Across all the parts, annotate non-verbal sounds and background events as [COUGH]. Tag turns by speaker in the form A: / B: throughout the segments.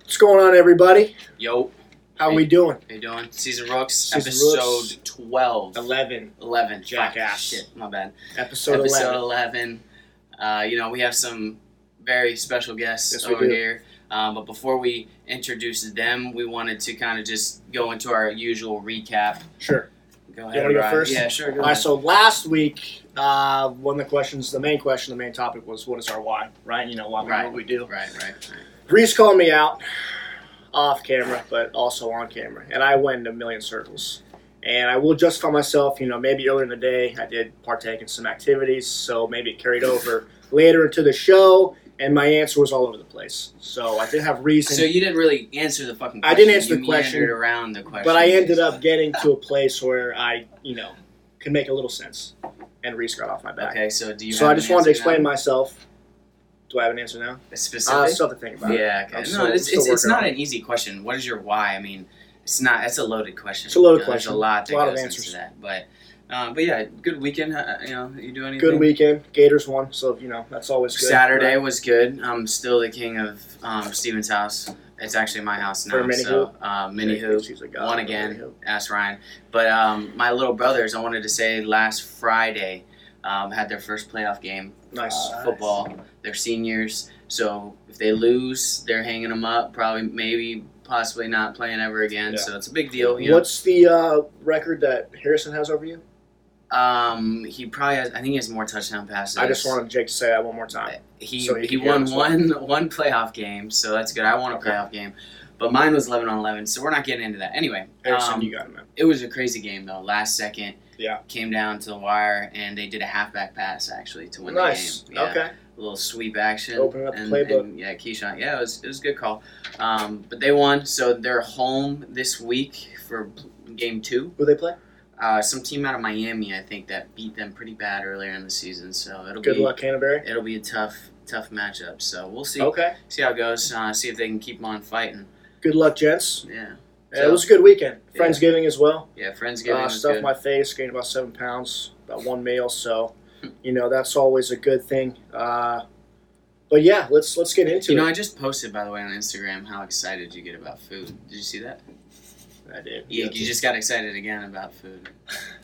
A: What's going on, everybody?
B: Yo,
A: How we doing?
B: how you doing? Season Rooks,
A: Season
B: episode
A: Rooks.
B: 12.
A: 11,
B: 11. Fuck,
A: Jackass.
B: Shit, my bad.
A: episode,
B: episode
A: 11.
B: 11. Uh, you know, we have some very special guests
A: Yes, we
B: over
A: do.
B: here. Um, but before we introduce them, we wanted to kind of just go into our usual recap.
A: Sure.
B: Go
A: You
B: ahead.
A: wanna go
B: Ryan.
A: first?
B: Yeah, sure. Go
A: All right,
B: ahead.
A: so last week, uh, one of the questions, the main question, the main topic was what is our why, right? You know, why we do
B: Right.
A: what we do.
B: Right, right, right.
A: Breeze called me out off camera, but also on camera, and I went a million circles. And I will justify myself, you know, maybe earlier in the day I did partake in some activities, so maybe it carried over later into the show, and my answer was all over the place. So I did have reason.
B: So you didn't really answer the fucking
A: I
B: question.
A: didn't answer
B: You
A: the question,
B: meandered around the question.
A: But I ended up getting to a place where I, you know, could make a little sense. And Reese got off my back.
B: Okay, so do you
A: so
B: have
A: I
B: an
A: just wanted to
B: answer now?
A: explain uh, myself. Do I have an answer now?
B: A
A: I
B: Specific?
A: still have to think about it.
B: Yeah, okay.
A: I'm
B: no,
A: still- I'm
B: it's
A: still
B: it's, it's
A: working
B: not
A: on
B: an easy question. What is your why? I mean, it's not. It's a loaded question.
A: It's a loaded
B: You know, there's
A: question.
B: a lot that
A: A lot of
B: goes
A: answers.
B: into that. But, um, but yeah, good weekend. Uh, you know, you do anything?
A: Good weekend. Gators won, so you know that's always good.
B: Saturday was good. I'm still the king of um, Steven's house. It's actually my house now.
A: For mini
B: so uh, mini hoop.
A: She's a god.
B: One again, ask Ryan. But um, my little brothers, I wanted to say last Friday, um, had their first playoff game
A: Nice.
B: uh, football. They're seniors, so if they lose, they're hanging them up. Probably, maybe, possibly not playing ever again.
A: Yeah.
B: So it's a big deal. You
A: What's the uh, record that Harrison has over you?
B: know? Um, he probably has. I think he has more touchdown passes.
A: I just wanted Jake to say that one more time.
B: He
A: so he
B: he
A: can hear
B: won
A: him as
B: one [LAUGHS] one playoff game, so that's good. I won a
A: Okay.
B: playoff game, but mine was eleven on eleven. So we're not getting into that anyway.
A: Harrison,
B: um,
A: you got it, man.
B: It was a crazy game though. Last second.
A: Yeah.
B: Came down to the wire, and they did a halfback pass actually to win
A: Nice.
B: the game. Yeah.
A: Okay.
B: a little sweep action.
A: Opening up the
B: and,
A: playbook.
B: and, yeah, Keyshawn. Yeah, it was, it was a good call. Um, but they won, so they're home this week for game two.
A: Who they play?
B: Uh, some team out of Miami, I think, that beat them pretty bad earlier in the season. So it'll
A: Good
B: be
A: luck, Oh. Canterbury.
B: it'll be a tough tough matchup. So we'll see
A: Okay.
B: see how it goes. Uh, see if they can keep on fighting.
A: Good luck, gents.
B: Yeah,
A: Yeah, it was a good weekend.
B: Yeah.
A: Friendsgiving as well.
B: yeah. Friendsgiving
A: uh,
B: was
A: stuffed
B: good.
A: my face, gained about seven pounds, about one meal. So,
B: Hmm.
A: you know, that's always a good thing. Uh, but yeah, let's let's get into
B: you know,
A: it.
B: I just posted by the way on Instagram how excited you get about food. Did you see that?
A: I did.
B: You, you just got excited again about food.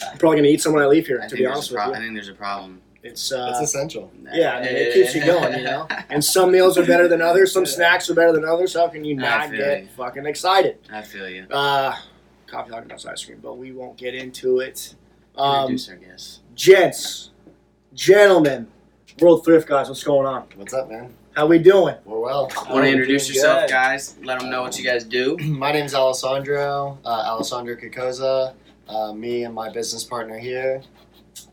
A: I'm probably gonna eat some when I leave here.
B: I
A: to
B: think
A: be
B: there's
A: honest
B: a
A: with
B: pro- I
A: you,
B: think there's a problem.
A: it's uh,
C: It's essential.
A: yeah, I mean, it keeps you going, you know? and some meals are better than others.
B: [LAUGHS]
A: Some snacks are better than others. How can you
B: I
A: not
B: feel
A: get
B: you.
A: fucking excited?
B: [LAUGHS] I feel you.
A: Uh, coffee hot dogs, ice cream, but we won't get into it. Um,
B: Introduce our guest.
A: gents, gentlemen, World Thrift guys, what's going on?
C: What's up, man?
A: How we doing?
C: We're well. [CLEARS THROAT]
B: Want to introduce
C: doing
B: yourself,
C: good.
B: guys? Let them know what you guys do.
C: My name's Alessandro, uh, Alessandro Cacosa. Uh, me and my business partner here.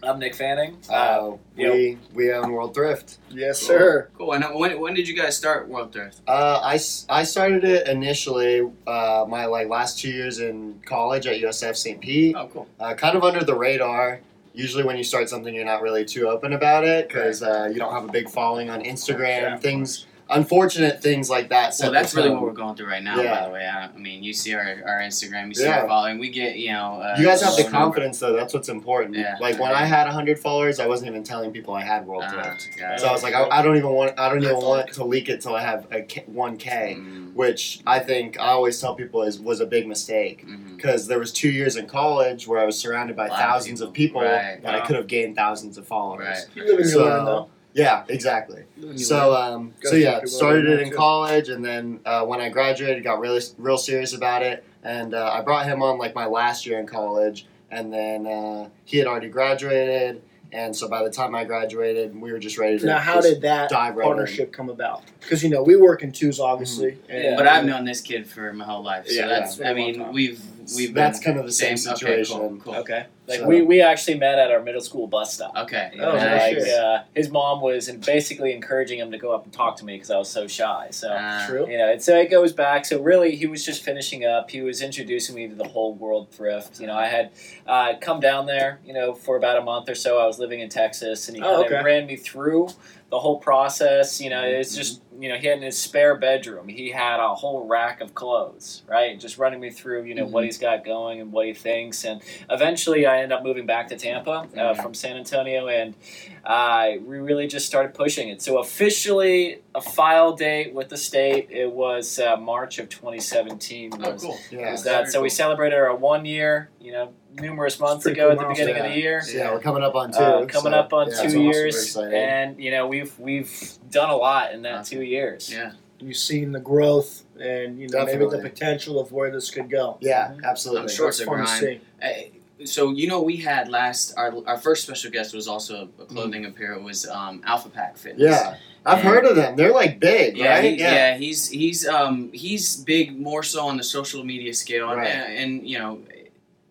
D: I'm Nick Fanning. Uh,
C: Uh, we we own World Thrift.
A: Yes,
B: Cool.
A: sir.
B: Cool. And when, when did you guys start World Thrift?
C: Uh, I, s- I started it initially uh, my like last two years in college at USF St. Pete.
B: Oh, cool.
C: Uh, kind of under the radar. Usually, when you start something, you're not really too open about it because uh, you don't have a big following on Instagram.
A: Yeah, of
C: things, unfortunate things like that.
B: So
C: set the
B: that's really what
C: tone.
B: we're going through right now. By
C: Yeah.
B: the way, I, I mean, you see our, our Instagram, you see
C: Yeah.
B: our following. We get you know. Uh,
C: You guys have the
B: low number.
C: confidence though. That's what's important.
B: Yeah.
C: Like when I had 100 followers, I wasn't even telling people I had World
B: Uh,
C: Thrift.
B: yeah.
C: So I was like, I, I don't even want. I don't even
D: That's
C: want to leak it till I have a K, 1K,
B: Mm,
C: which I think I always tell people is was a big mistake
B: mhm.
C: because there was two years in college where I was surrounded by
B: A lot of
C: thousands of
B: people.
C: people,
B: Right.
C: that I could have gained thousands of followers.
B: Right.
A: You live in
C: So-
A: your land, though.
C: Yeah, exactly.
A: Anyway.
C: So um,
A: Gotta
C: so
A: think
C: yeah,
A: people
C: started
A: are
C: it in
A: too.
C: college, and then uh, when I graduated, got really real serious about it, and uh, I brought him on like my last year in college, and then uh, he had already graduated, and so by the time I graduated, we were just ready to
A: now, how
C: just
A: did that
C: dive right in.
A: partnership come about? Because you know we work in twos, obviously. and-
D: Yeah.
B: Mm-hmm. But I've known this kid for my whole life. So
C: Yeah,
B: that's.
A: yeah.
B: I mean, we've we've
C: That's
B: been
C: kind of the same situation.
B: Okay. Cool. cool.
D: okay. Like
C: So-
D: we, we actually met at our middle school bus stop.
B: Okay.
A: Oh,
D: And,
A: nice.
D: like, uh, his mom was in- basically encouraging him to go up and talk to me because I was so shy. So
B: Uh,
A: True.
D: you know, and so it goes back. So really, he was just finishing up. He was introducing me to the whole world thrift. You know, I had uh, come down there, you know, for about a month or so. I was living in Texas, and he
A: Oh,
D: kind of
A: okay. Mm-hmm.
D: ran me through the whole process. You know, it's just you know he had in his spare bedroom he had a whole rack of clothes, right? Just running me through you know
A: Mm-hmm.
D: what he's got going and what he thinks, and eventually I ended up moving back to Tampa uh, from San Antonio, and uh, we really just started pushing it. So officially a file date with the state it was uh, March of 2017.
B: Oh,
D: was-
B: cool.
C: Yeah.
D: was that.
B: Very
D: So we
B: cool.
D: celebrated our one year, you know, numerous months
E: pretty
D: ago
E: cool
D: at the beginning of the
C: milestone.
D: year.
C: So, yeah, we're coming up on two.
D: Uh, coming
C: so,
D: up on
C: yeah,
D: two
C: it's awesome. We're
D: years,
C: excited.
D: and you know we've we've done a lot in that
B: Awesome.
D: two years.
B: Yeah.
E: You've seen the growth and you know maybe
C: Definitely.
E: the potential of where this could go.
C: yeah,
B: I'm
C: absolutely.
B: sure
E: That's
B: it's a
E: fun to
B: grind.
E: see.
B: I- Uh, so you know we had last our our first special guest was also a clothing apparel was um, Alpha Pack Fitness.
C: Yeah, I've
B: And-
C: heard of them. They're like big,
B: Yeah,
C: right?
B: he- yeah, he's he's um he's big more so on the social media scale, and,
C: Right.
B: and, you know,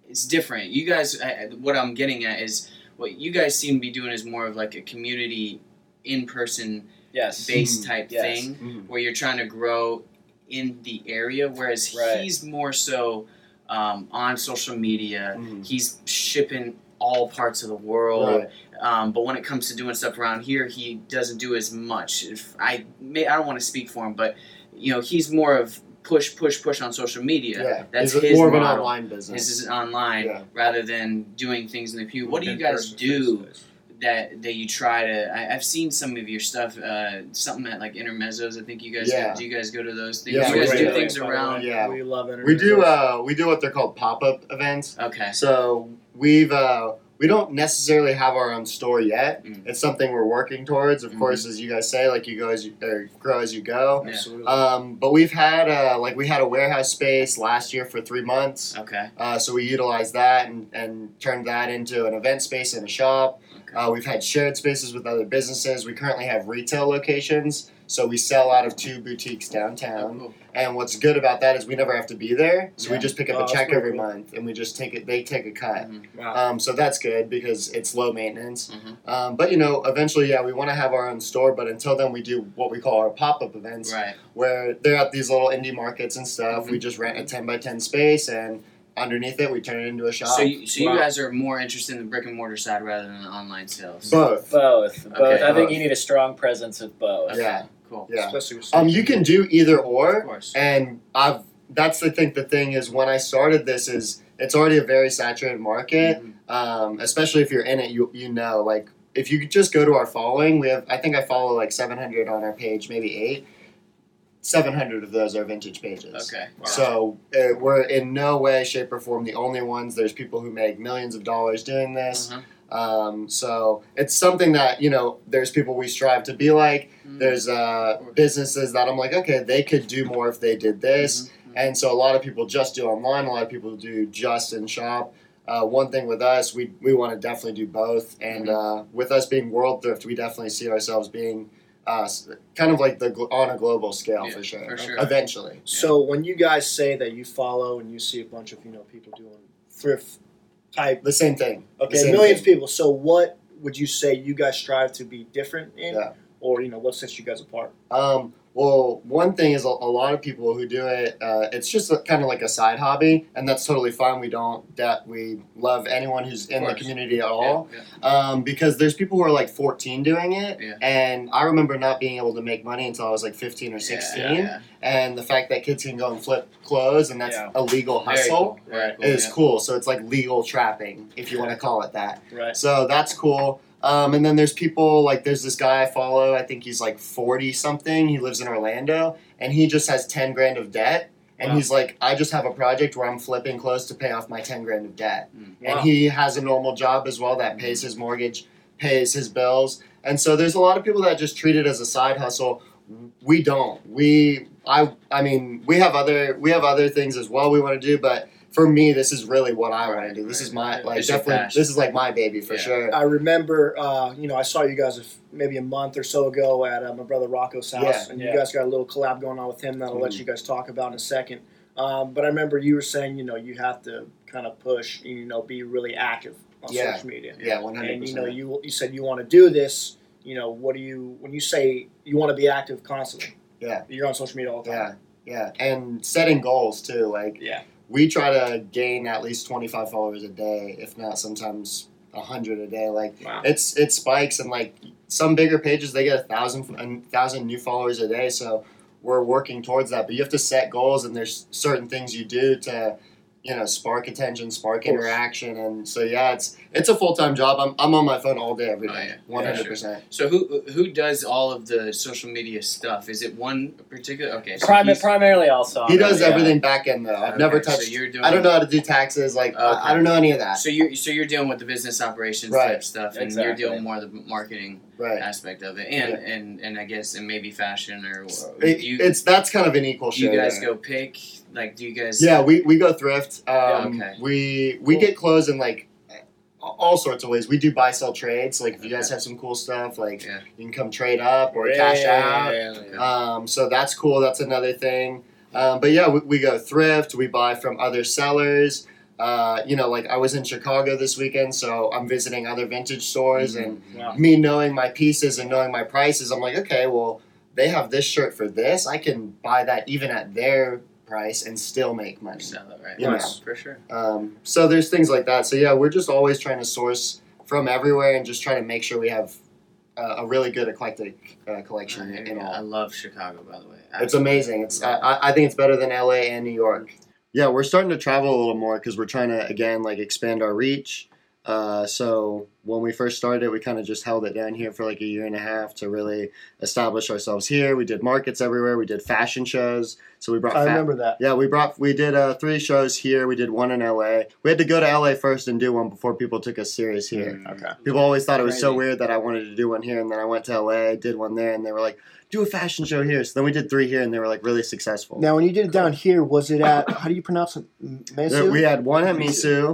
B: it's different. You guys, I, I- what I'm getting at is what you guys seem to be doing is more of like a community, in person
D: Yes.
B: based
C: Mm,
B: type
D: yes.
B: thing
C: Mm.
B: where you're trying to grow in the area, whereas
D: Right.
B: he's more so um, on social media.
C: Mm.
B: He's shipping all parts of the world.
C: Right.
B: Um, but when it comes to doing stuff around here, he doesn't do as much. If I may, I don't want to speak for him, but you know, he's more of push, push, push on social media.
C: Yeah,
B: That's
C: He's
B: his
C: more of an
B: model.
C: online business.
B: This is online
C: Yeah.
B: rather than doing things in the pew. What do you
E: In
B: guys
E: person,
B: do
E: face-to-face.
B: that that you try to? I, I've seen some of your stuff. Uh, something at like intermezzos. I think you guys
C: Yeah.
B: do you guys go to those things?
C: Yeah,
B: you guys
C: we
B: do
C: do.
B: things
E: By the
B: around.
E: way,
C: Yeah.
E: We love it.
C: we do uh, we do what they're called pop up events.
B: Okay.
C: So we've uh, we don't necessarily have our own store yet.
B: Mm.
C: It's something we're working towards, of
B: Mhm.
C: course, as you guys say, like you go as you or grow as you go.
B: Yeah.
E: Absolutely.
C: Um, but we've had uh, like we had a warehouse space last year for three months,
B: Okay.
C: uh, so we utilized that and, and turned that into an event space and a shop.
B: Okay.
C: Uh, we've had shared spaces with other businesses. We currently have retail locations, so we sell out of two boutiques
B: Oh,
C: downtown.
B: cool.
C: And what's good about that is we never have to be there, so
B: Yeah.
C: we just pick
E: Oh,
C: up a
E: that's
C: check
E: pretty
C: every
E: cool.
C: month, and we just take it. They take a cut,
B: Mhm.
E: Wow.
C: um, so that's good because it's low maintenance.
B: Mhm.
C: Um, but you know, eventually, yeah, we want to have our own store, but until then, we do what we call our pop up events,
B: Right. Mm-hmm.
C: where they're at these little indie markets and stuff. We just rent a ten by ten space, and underneath it, we turn it into a shop.
B: So, you, so
E: Wow.
B: you guys are more interested in the brick and mortar side rather than the online sales.
C: Both,
D: Both, both.
B: Okay,
D: I think
C: both.
D: you need a strong presence with both.
B: Okay,
C: yeah.
B: Cool.
C: yeah.
E: Especially with
C: Um, you can do either or,
B: Of course.
C: and I've that's the thing. The thing is, when I started this, is it's already a very saturated market.
B: Mhm.
C: um, especially if you're in it, you you know like if you just go to our following, we have I think I follow like 700 on our page, maybe eight. 700 of those are vintage pages.
B: Okay.
E: Wow.
C: So uh, we're in no way, shape, or form the only ones. There's people who make millions of dollars doing this.
B: Uh-huh.
C: Um, so it's something that you know. There's people we strive to be like.
B: Mhm.
C: There's uh, businesses that I'm like, okay, they could do more if they did this.
B: Mhm.
C: And so a lot of people just do online. A lot of people do just in shop. Uh, one thing with us, we, we want to definitely do both. And
B: Mm-hmm.
C: uh, with us being world thrift, we definitely see ourselves being uh, s- kind of like the gl- on a global scale
B: Yeah,
C: for sure.
B: for sure.
C: Eventually,
E: So when you guys say that you follow and you see a bunch of you know people doing thrift type,
C: the same thing.
E: okay,
C: Same
E: millions of
C: thing.
E: people. So what would you say you guys strive to be different in,
C: Yeah.
E: or you know what sets you guys apart?
C: Um, well, one thing is a, a lot of people who do it. Uh, it's just kind of like a side hobby, and that's totally fine. We don't that we love anyone who's in the
B: course.
C: community at
B: Yeah,
C: all.
B: yeah.
C: um, because there's people who are like 14 doing it,
B: Yeah.
C: and I remember not being able to make money until I was like 15 or 16.
B: Yeah, yeah,
C: And the fact that kids can go and flip clothes and that's
D: Yeah.
C: a legal
B: yeah. Very
C: hustle
B: cool. Very cool.
C: is
B: yeah.
C: cool. So it's like legal trapping, if you want to call it that.
E: Right.
C: So that's cool. Um, and then there's people like there's this guy I follow. I think he's like 40 something. He lives in Orlando, and he just has 10 grand of debt. And
E: Wow.
C: he's like, I just have a project where I'm flipping clothes to pay off my 10 grand of debt
E: Wow.
C: and he has a normal job as well that pays his mortgage, pays his bills. And so there's a lot of people that just treat it as a side hustle. We don't. We I I mean, we have other we have other things as well we want to do, but for me this is really what I want to
B: Right,
C: do. This is
B: right.
C: my like
B: It's your
C: definitely
B: passion.
C: this is like my baby for
B: Yeah.
C: sure.
E: I remember, uh, you know, I saw you guys a f- maybe a month or so ago at uh, my brother Rocco's house,
C: Yeah.
E: and
D: Yeah.
E: you guys got a little collab going on with him that I'll let
C: Mhm.
E: you guys talk about in a second. Um, but I remember you were saying, you know, you have to kind of push, you know, be really active on
C: Yeah.
E: social media.
C: Yeah, 100%.
E: and you know you you said you want to do this you know what do you when you say you want to be active constantly
C: Yeah.
E: you're on social media all the
C: yeah.
E: time
C: Yeah, and setting goals too. Like
E: yeah
C: we try to gain at least 25 followers a day, if not sometimes a hundred a day. Like
E: Wow.
C: it's it spikes and like some bigger pages they get a thousand a thousand new followers a day. So we're working towards that. But you have to set goals and there's certain things you do to you know spark attention, spark
E: course.
C: interaction, and so yeah, it's it's a full time job. I'm I'm on my phone all day every
B: Oh, yeah.
C: day,
B: Yeah,
C: one hundred percent.
B: So who who does all of the social media stuff? Is it one particular? Okay, so
D: Primi-
B: he's-
D: primarily also.
C: He does
B: yeah.
C: everything back end though. I've never
B: okay,
C: touched.
B: So you're doing.
C: I don't know how to do taxes. Like
B: Okay.
C: I, I don't know any of that.
B: So you're so you're dealing with the business operations
C: Right.
B: type stuff, and you're
D: Exactly.
B: dealing more of the marketing
C: Right.
B: aspect of it, and and and I guess and maybe fashion or, or
C: It-
B: you
C: it's that's kind of an equal
B: do you
C: share.
B: guys
C: there.
B: go pick like do you guys
C: Yeah, we, we go thrift. Um,
B: Yeah, okay.
C: We we
D: Cool.
C: get clothes in like all sorts of ways. We do buy sell trades. Like if you guys have some cool stuff, like
B: Yeah.
C: you can come trade up or cash out.
B: Yeah.
C: Um, so that's cool. That's another thing. Um, but yeah, we, we go thrift. We buy from other sellers. Uh, you know, like I was in Chicago this weekend, so I'm visiting other vintage
B: Mm-hmm.
C: stores, and
E: Wow.
C: me knowing my pieces and knowing my prices, I'm like, okay, well, they have this shirt for this. I can buy that even at their price and still make money.
B: sell it right?
C: Yeah.
B: Yes, for sure.
C: Um, so there's things like that. So yeah, we're just always trying to source from everywhere and just trying to make sure we have a, a really good eclectic uh, collection
B: I,
C: in all.
B: I love Chicago, by the way.
C: It's amazing. It's I- I, I think it's better than LA and New York. Yeah, we're starting to travel a little more because we're trying to again like expand our reach. Uh, so when we first started, we kind of just held it down here for like a year and a half to really establish ourselves here. We did markets everywhere. We did fashion shows. So we brought.
E: I
C: fa-
E: remember that.
C: yeah, we brought we did uh, three shows here. We did one in LA. We had to go to LA first and do one before people took us serious here.
E: Okay.
C: People always thought it was so
B: Crazy.
C: weird that I wanted to do one here, and then I went to LA, did one there, and they were like, "Do a fashion show here." So then we did three here, and they were like really successful.
E: Now, when you did it down here, was it at how do you pronounce it? M-
C: There-
E: Mesu?
C: we had one at
B: Misu.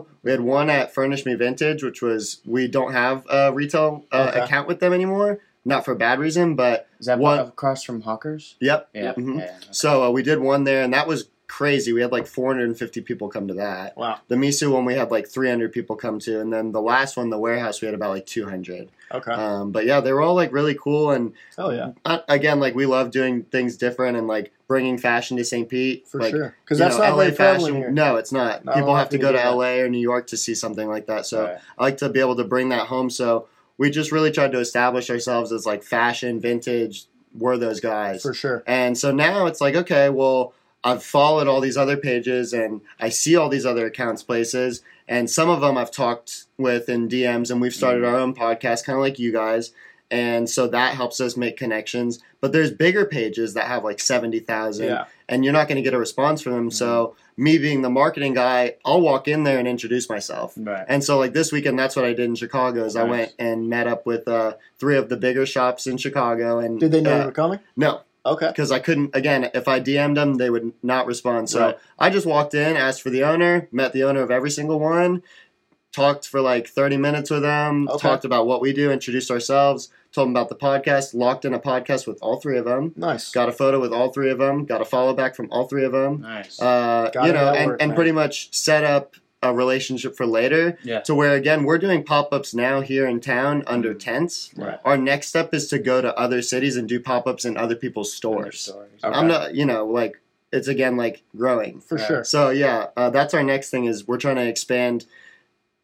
C: Misu. We had one at Furnish Me Vintage, which was we don't have a retail uh,
E: Okay.
C: account with them anymore, not for a bad reason, but
E: Is that
C: What-
E: across from Hawkers?
C: yep.
B: Yeah.
C: Mhm.
B: yeah.
C: So uh, we did one there, and that was crazy. We had like 450 people come to that.
E: Wow.
C: The Misu one we had like 300 people come to, and then the last one, the warehouse, we had about like 200.
E: Okay.
C: Um, but yeah, they were all like really cool, and
E: oh yeah,
C: uh, again, like we love doing things different and like bringing fashion to St. Pete.
E: for
C: like,
E: sure.
C: you
E: Because that's
C: know,
E: not
C: LA
E: very prevalent
C: fashion.
E: here.
C: No, it's not.
E: Not a
C: people
E: lot
C: have
E: of
C: to
E: people
C: go to
E: do that.
C: LA or New York to see something like that. So
E: Right.
C: I like to be able to bring that home. So we just really tried to establish ourselves as like fashion, vintage. We're those guys.
E: for sure.
C: And so now it's like, okay, well, I've followed all these other pages and I see all these other accounts places. And some of them I've talked with in DMs and we've started
E: Mm-hmm.
C: our own podcast, kind of like you guys. And so that helps us make connections. But there's bigger pages that have like 70,000
E: Yeah. Mm-hmm.
C: and you're not going to get a response from them. So, me being the marketing guy, I'll walk in there and introduce myself.
E: Right.
C: And so, like this weekend, that's what I did in Chicago. Is I
E: Nice.
C: went and met up with uh, three of the bigger shops in Chicago. And
E: Did they know you
C: uh,
E: were coming?
C: no,
E: Okay.
C: because I couldn't. Again, if I DM'd them, they would not respond. So
E: Right.
C: I just walked in, asked for the owner, met the owner of every single one, talked for like thirty minutes with them,
E: Okay.
C: talked about what we do, introduced ourselves, told them about the podcast, locked in a podcast with all three of them,
E: Nice.
C: got a photo with all three of them, got a follow back from all three of them.
B: Nice.
C: Uh,
E: Gotta
C: you know, and,
E: network,
C: and
E: man.
C: pretty much set up a relationship for later.
B: Yeah.
C: To where again, we're doing pop ups now here in town under tents.
E: Right.
C: Our next step is to go to other cities and do pop ups in other people's stores.
E: Okay.
C: I'm not, you know, like it's again like growing.
E: for
B: Right.
E: sure.
C: So yeah, uh, that's our next thing is we're trying to expand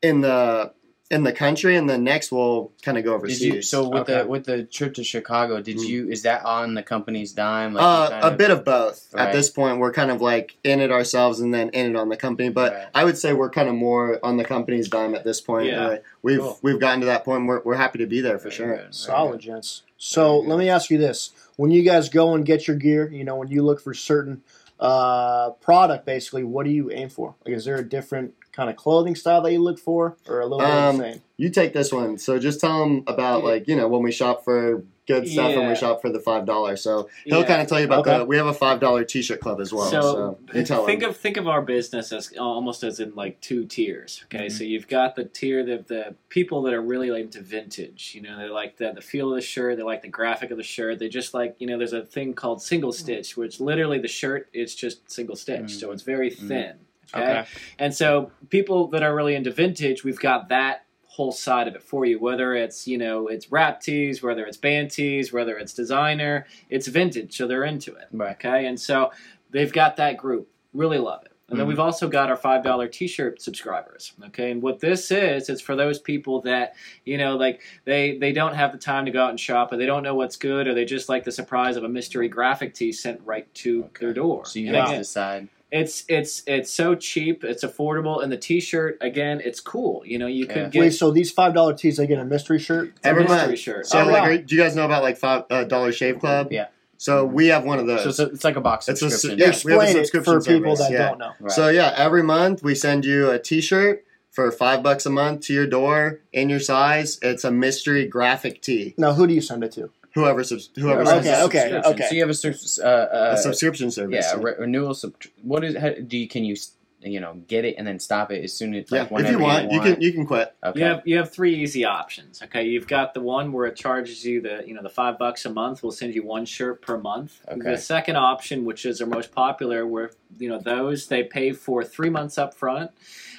C: in the in the country, and then next we'll kind of go
F: Did
C: overseas.
F: you so with
E: Okay.
F: the with the trip to Chicago? Did
C: Mm.
F: you is that on the company's dime? you
C: uh,
F: kind
C: a bit of both. At
F: Right.
C: this point, we're kind of like in it ourselves, and then in it on the company. But
F: Right.
C: I would say we're kind of more on the company's dime at this point.
E: Yeah.
C: Uh, we've
F: Cool.
C: we've gotten to that point. We're we're happy to be there for
F: Very
C: sure.
F: good, very
E: Solid,
F: good.
E: gents. So
F: Very good.
E: let me ask you this: When you guys go and get your gear, you know, when you look for certain uh, product, basically, what do you aim for? Like, is there a different kind of clothing style that you look for, or a little bit of the
C: Um,
E: same?
C: You take this one. So just tell them about like you know when we shop for good stuff and
D: Yeah.
C: we shop for the five dollars. So he'll
D: Yeah.
C: kind of tell you about
E: Okay.
C: the. We have a five dollar t shirt club as well. So, you tell
D: think
C: him.
D: of think of our business as uh, almost as in like two tiers. Okay, so you've got the tier that the people that are really like into vintage. You know, they like the the feel of the shirt, they like the graphic of the shirt. They just like you know, there's a thing called single stitch, which literally the shirt it's just single stitch,
F: Mhm.
D: so it's very
F: Mhm.
D: thin. okay, and so people that are really into vintage, we've got that whole side of it for you. Whether it's you know it's wrap tees, whether it's band tees, whether it's designer, it's vintage, so they're into it.
F: Right.
D: Okay, and so they've got that group. Really love it. And then
F: Mhm.
D: we've also got our five dollar t shirt subscribers. Okay, and what this is, it's for those people that you know, like they they don't have the time to go out and shop, or they don't know what's good, or they just like the surprise of a mystery graphic tee sent right to
F: Okay.
D: their door.
F: So you
D: And
F: guys
D: again,
F: decide.
D: it's it's it's so cheap, it's affordable, and the t shirt again, it's cool. You know, you
F: Yeah.
D: could
E: Wait,
D: get
E: so these five dollar tees, they get a mystery shirt?
D: a
C: Never
D: mystery
C: mind.
D: shirt.
C: So,
E: Oh,
C: like,
E: wow.
C: are, do you guys know about like five uh, Dollar Shave Club?
F: Yeah.
C: So we have one of those.
F: So it's, a, it's like a box
C: uh, It's a s-
F: subscription.
C: yeah.
F: Yes.
C: we have a
E: Explain it
C: subscription
E: for people
C: service,
E: that
C: yeah.
E: don't know.
F: Right.
C: So yeah, every month we send you a T-shirt for five bucks a month to your door in your size. It's a mystery graphic tee.
E: Now, who do you send it to?
C: Whoever subs- whoever
F: Right.
C: sends
E: Okay,
C: a
E: okay,
F: Subscription.
E: okay.
F: So you have a, subs- uh, uh,
C: a subscription service.
F: yeah, a re- renewal. Sub- what is? How, do you can you s- you know get it and then stop it as soon as
C: Yeah,
F: like whenever
C: if you want, you can you can quit.
D: Oh,
F: Okay.
D: You have you have three easy options. Okay, you've got the one where it charges you the you know the five bucks a month. We'll send you one shirt per month.
F: Okay.
D: The second option, which is our most popular, where you know those they pay for three months up front.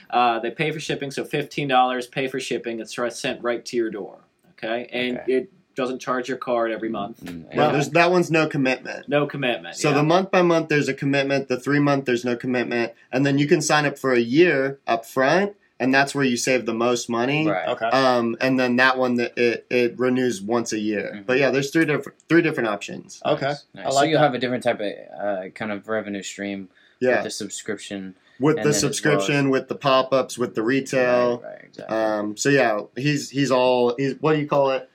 D: Uh, they pay for shipping, so fifteen dollars. Pay for shipping. It's right- sent right to your door. Okay, and
F: Okay.
D: it doesn't charge your card every month.
F: Mm,
C: Yeah,
F: yeah.
C: there's that one's no commitment.
D: No commitment.
C: So
D: yeah.
C: the month by month there's a commitment. The three month there's no commitment, and then you can sign up for a year up front, and that's where you save the most money.
F: right.
E: Okay.
C: Um, and then that one that it, it renews once a year.
F: Mhm.
C: But yeah, there's three different three different options.
E: Okay.
F: Nice, nice.
E: I
F: so
E: like
F: you
E: that.
F: have a different type of uh, kind of revenue stream with
C: Yeah,
F: the subscription.
C: with
F: and
C: the
F: then as well as-
C: subscription, with the pop ups, with the retail.
F: Right, right, exactly.
C: Um, so yeah, he's he's all he's what do you call it?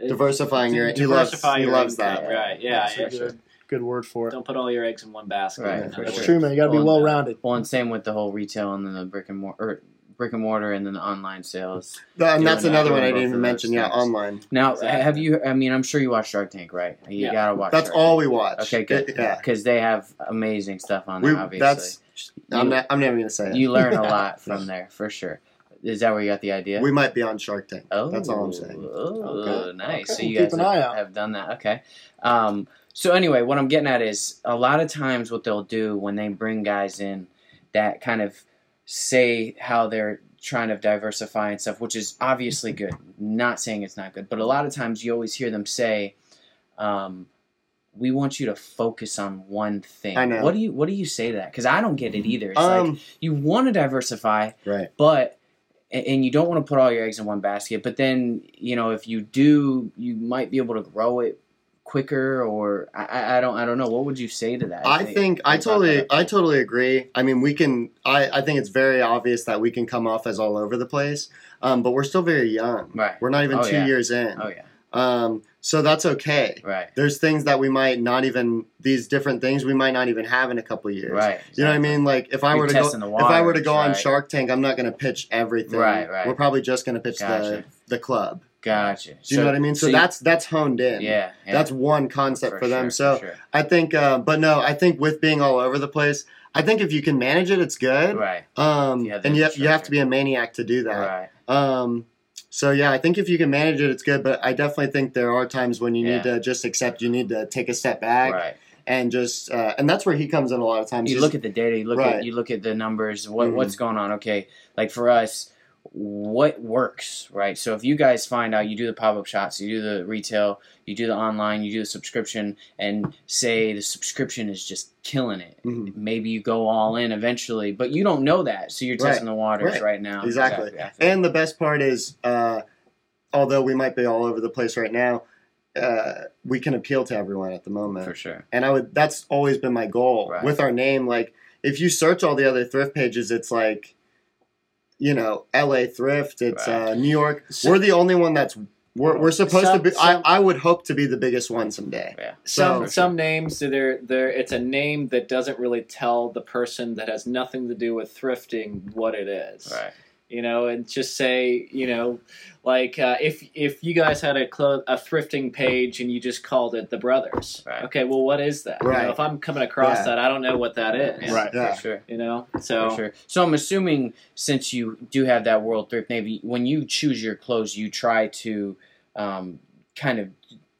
D: It-
C: Diversifying your he loves
D: diversify
C: he
D: your
C: loves
D: income,
C: that.
D: Right. Yeah.
E: That's a
D: yeah.
E: good, good word for it.
D: Don't put all your eggs in one basket.
F: Right,
D: You know,
F: for
E: That's
F: sure. Oh,
E: true, man. You got to be
D: Well,
E: well rounded.
F: well, and same with the whole retail and then the brick and mortar, or brick and mortar, and then the online sales.
C: And that's
F: Doing that,
C: another one
F: doing
C: I didn't
F: both of
C: even
F: those
C: mention. Yeah,
F: things.
C: online.
F: Now,
D: Exactly.
F: have you? I mean, I'm sure you watch Shark Tank, right? You
D: Yeah.
F: gotta watch.
C: That's
F: Shark
C: all
F: Tank.
C: we watch.
F: Okay, good.
C: It- [LAUGHS] yeah,
F: because they have amazing stuff on
C: we,
F: there. obviously,
C: that's. I'm
F: You-
C: not. I'm never gonna say it.
F: you learn
C: [LAUGHS]
F: a lot from there for sure. Is that where you got the idea?
C: We might be on Shark Tank.
F: Oh,
C: That's all I'm saying.
F: Oh,
E: Okay.
F: nice. So
E: Okay.
F: you
E: Keep
F: guys
E: an
F: have,
E: eye out.
F: have done that. Okay. Um, so anyway, what I'm getting at is a lot of times what they'll do when they bring guys in that kind of say how they're trying to diversify and stuff, which is obviously good. Not saying it's not good, but a lot of times you always hear them say, um, "We want you to focus on one thing."
C: I know.
F: What do you What do you say to that? Because I don't get it either. It's like
C: Um,
F: you want to diversify,
C: Right.
F: But and- and you don't want to put all your eggs in one basket. But then you know if you do, you might be able to grow it quicker, or I- I, I don't, I don't know. What would you say to that?
C: I
F: If they-
C: think I
F: they brought that
C: totally
F: up?
C: I totally agree. I mean, we can. I I think it's very obvious that we can come off as all over the place. Um, but we're still very young.
F: Right.
C: We're not even
F: Oh,
C: two
F: yeah.
C: years in.
F: Oh yeah.
C: Um, so that's okay.
F: Right.
C: There's things that we might not even these different things we might not even have in a couple years.
F: Right.
C: You know what I mean? Like if I
F: You're
C: were to go,
F: testing the
C: if I were to go on
F: waters, right.
C: Shark Tank, I'm not going to pitch everything.
F: Right, right.
C: We're probably just going to pitch
F: Gotcha.
C: the the club.
F: Gotcha.
C: Do you know what I mean? So,
F: you-
C: that's that's honed in.
F: yeah, yeah,
C: That's one concept for, them.
F: sure,
C: so
F: sure.
C: I think, uh, but no, I think with being all over the place, I think if you can manage it, it's good.
F: right,
C: Um,
F: Yeah, the
C: and you, you have to
F: infrastructure.
C: be a maniac to do that.
F: right.
C: Um, so yeah, I think if you can manage it, it's good. But I definitely think there are times when you need
F: Yeah.
C: to just accept. You need to take a step back
F: Right.
C: and just, uh, and that's where he comes in a lot of times.
F: You
C: He's-
F: look at the data. You look
C: Right.
F: at you look at the numbers. What
C: Mhm.
F: what's going on? Okay, like for us, what works, right? So if you guys find out, you do the pop up shots, you do the retail, you do the online, you do the subscription, and say the subscription is just killing it.
C: Mhm.
F: Maybe you go all in eventually, but you don't know that, so you're
C: Right.
F: testing the waters
C: Right.
F: right, now.
C: Exactly.
F: I feel-
C: And the best part is, uh, although we might be all over the place right now, uh, we can appeal to everyone at the moment.
F: for sure.
C: and I would that's always been my goal
F: Right.
C: with our name. Like if you search all the other thrift pages, it's like you know L.A. thrift, it's
F: Right.
C: uh, New York. we're the only one that's we're, we're supposed
D: Some-
C: to be.
D: some-
C: I, I would hope to be the biggest one someday.
F: Yeah.
D: some
C: So-
D: some names they're they're it's a name that doesn't really tell the person that has nothing to do with thrifting what it is
F: Right.
D: you know and just say you know like uh, if if you guys had a clo- a thrifting page and you just called it the brothers
F: Right.
D: okay well what is that you
C: Right.
D: know, if i'm coming across
C: Yeah.
D: that i don't know what that is
E: Right.
C: Yeah.
F: For sure.
D: you know
F: For
D: so
F: sure. So I'm assuming since you do have that World Thrift Navy, when you choose your clothes, you try to um, kind of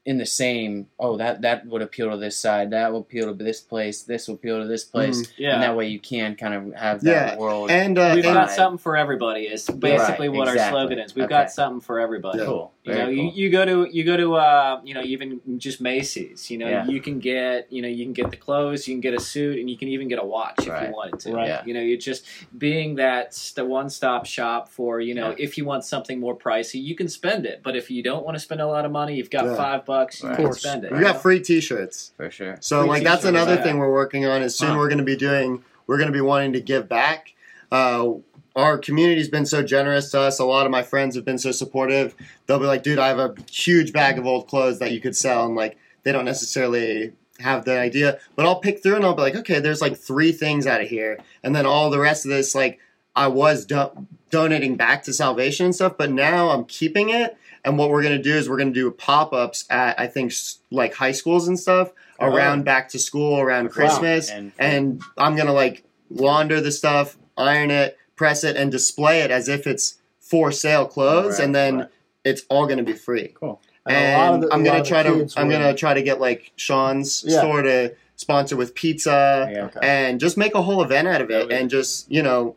F: in the same. Oh, that that would appeal to this side. That will appeal to this place. This will appeal to this place.
D: Mm-hmm. yeah
F: And that way you can kind of have that
C: Yeah.
F: world.
C: And uh,
D: We've
C: and-
D: got
F: Right.
D: something for everybody. Is basically what our
F: exactly.
D: slogan is. We've
F: Okay.
D: got something for everybody.
C: Yeah.
F: cool.
D: You
F: Very
D: know,
F: cool.
D: you, you go to you go to uh, you know even just Macy's. You know,
F: Yeah.
D: you can get you know you can get the clothes, you can get a suit, and you can even get a watch if
F: Right.
D: you wanted to.
E: Right.
F: Yeah.
D: You know, you're just being that the one stop shop for you know if you want something more pricey, you can spend it. But if you don't want to spend a lot of money, you've got
C: Yeah.
D: five bucks, you
F: Right.
D: can
E: Course.
D: spend it.
C: We got free T-shirts.
F: for sure.
C: So
D: Free
C: like that's
D: t-shirts,
C: another
D: yeah.
C: thing we're working on. Is soon
F: Huh.
C: we're going to be doing. We're going to be wanting to give back. Uh, our community's been so generous to us. A lot of my friends have been so supportive. They'll be like, "Dude, I have a huge bag of old clothes that you could sell," and like they don't necessarily have the idea. But I'll pick through and I'll be like, "Okay, there's like three things out of here," and then all the rest of this like I was do- donating back to Salvation and stuff, but now I'm keeping it. And what we're gonna do is we're gonna do pop ups at I think s- like high schools and stuff
F: Oh,
C: around back to school around Christmas,
F: and,
C: and I'm gonna like launder the stuff, iron it, press it, and display it as if it's for sale clothes,
F: Right,
C: and then
F: right.
C: it's all gonna be free.
F: cool.
C: And I'm gonna try to I'm
E: will-
C: gonna try to get like Sean's
E: Yeah.
C: store to sponsor with pizza
F: Yeah.
E: Okay.
C: and just make a whole event out of it,
F: Yeah, we-
C: and just you know,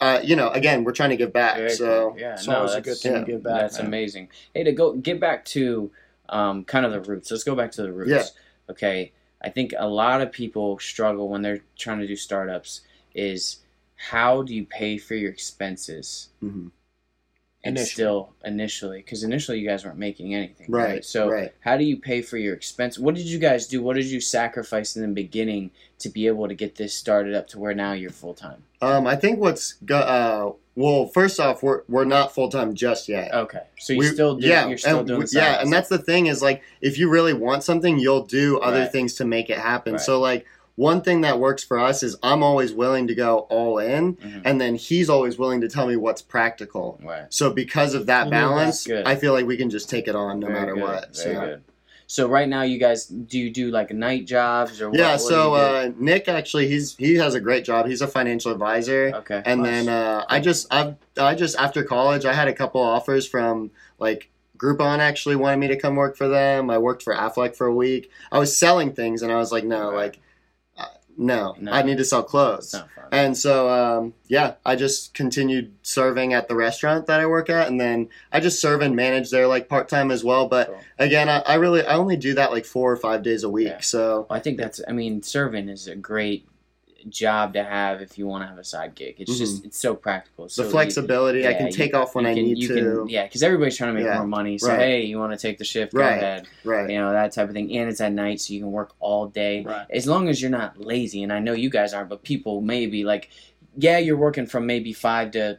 C: uh, you know, again, we're trying to give back,
F: Very
C: so.
F: cool. yeah,
E: It's
F: no,
E: always a
F: that's,
E: good thing to give back.
F: That's
E: man.
F: amazing. Hey, to go get back to um, kind of the roots. Let's go back to the roots.
C: Yeah.
F: Okay. I think a lot of people struggle when they're trying to do startups is how do you pay for your expenses
C: Mhm.
F: and
E: Initially.
F: still initially because initially you guys weren't making anything
C: Right,
F: right, so
C: right.
F: how do you pay for your expense what did you guys do what did you sacrifice in the beginning to be able to get this started up to where now you're full-time
C: Um, I think what's go- uh, well, first off, we're we're not full time just yet.
F: okay so you
C: We-
F: still do, you're still
C: and
F: doing
C: we-
F: the
C: yeah,
F: side
C: and
F: hustle.
C: that's the thing is like if you really want something, you'll do other
F: Right.
C: things to make it happen.
F: Right.
C: So like one thing that works for us is I'm always willing to go all in,
F: Mhm.
C: and then he's always willing to tell me what's practical.
F: right
C: So because of that
E: Yeah,
C: balance,
F: that's good.
C: I feel like we can just take it on no
F: Very
C: matter
F: good,
C: what.
F: very
C: so.
F: good. so right now you guys do you do like night jobs or what,
C: Yeah,
F: what do
C: so
F: you do?
C: uh, Nick actually he's he has a great job. He's a financial advisor.
F: okay
C: and
E: Nice.
C: then uh, I just I I just after college I had a couple offers from like Groupon actually wanted me to come work for them. I worked for Affleck for a week. I was selling things and I was like, no,
F: Right.
C: like uh, no,
F: No.
C: I need to sell
F: it's
C: clothes.
F: not fun
C: And so um, yeah, I just continued serving at the restaurant that I work at, and then I just serve and manage there like part time as well. But
F: Cool.
C: again, I, I really I only do that like four or five days a week.
F: Yeah.
C: So
F: Well, I think that's. I mean, serving is a great job to have if you want to have a side gig. It's just it's so practical.
C: Mm-hmm.
F: So
C: the
F: you-
C: flexibility I
F: yeah,
C: can
F: you-
C: take off when
F: you
C: I
F: can-
C: need
F: you
C: to.
F: Can, yeah, because everybody's trying to make
C: Yeah,
F: more money. So
C: right.
F: hey, you want to take the shift? Go
C: Right.
F: ahead.
C: right.
F: You know that type of thing. And it's at night, so you can work all day.
D: Right.
F: As long as you're not lazy, and I know you guys aren't, but people maybe like, yeah, you're working from maybe five to,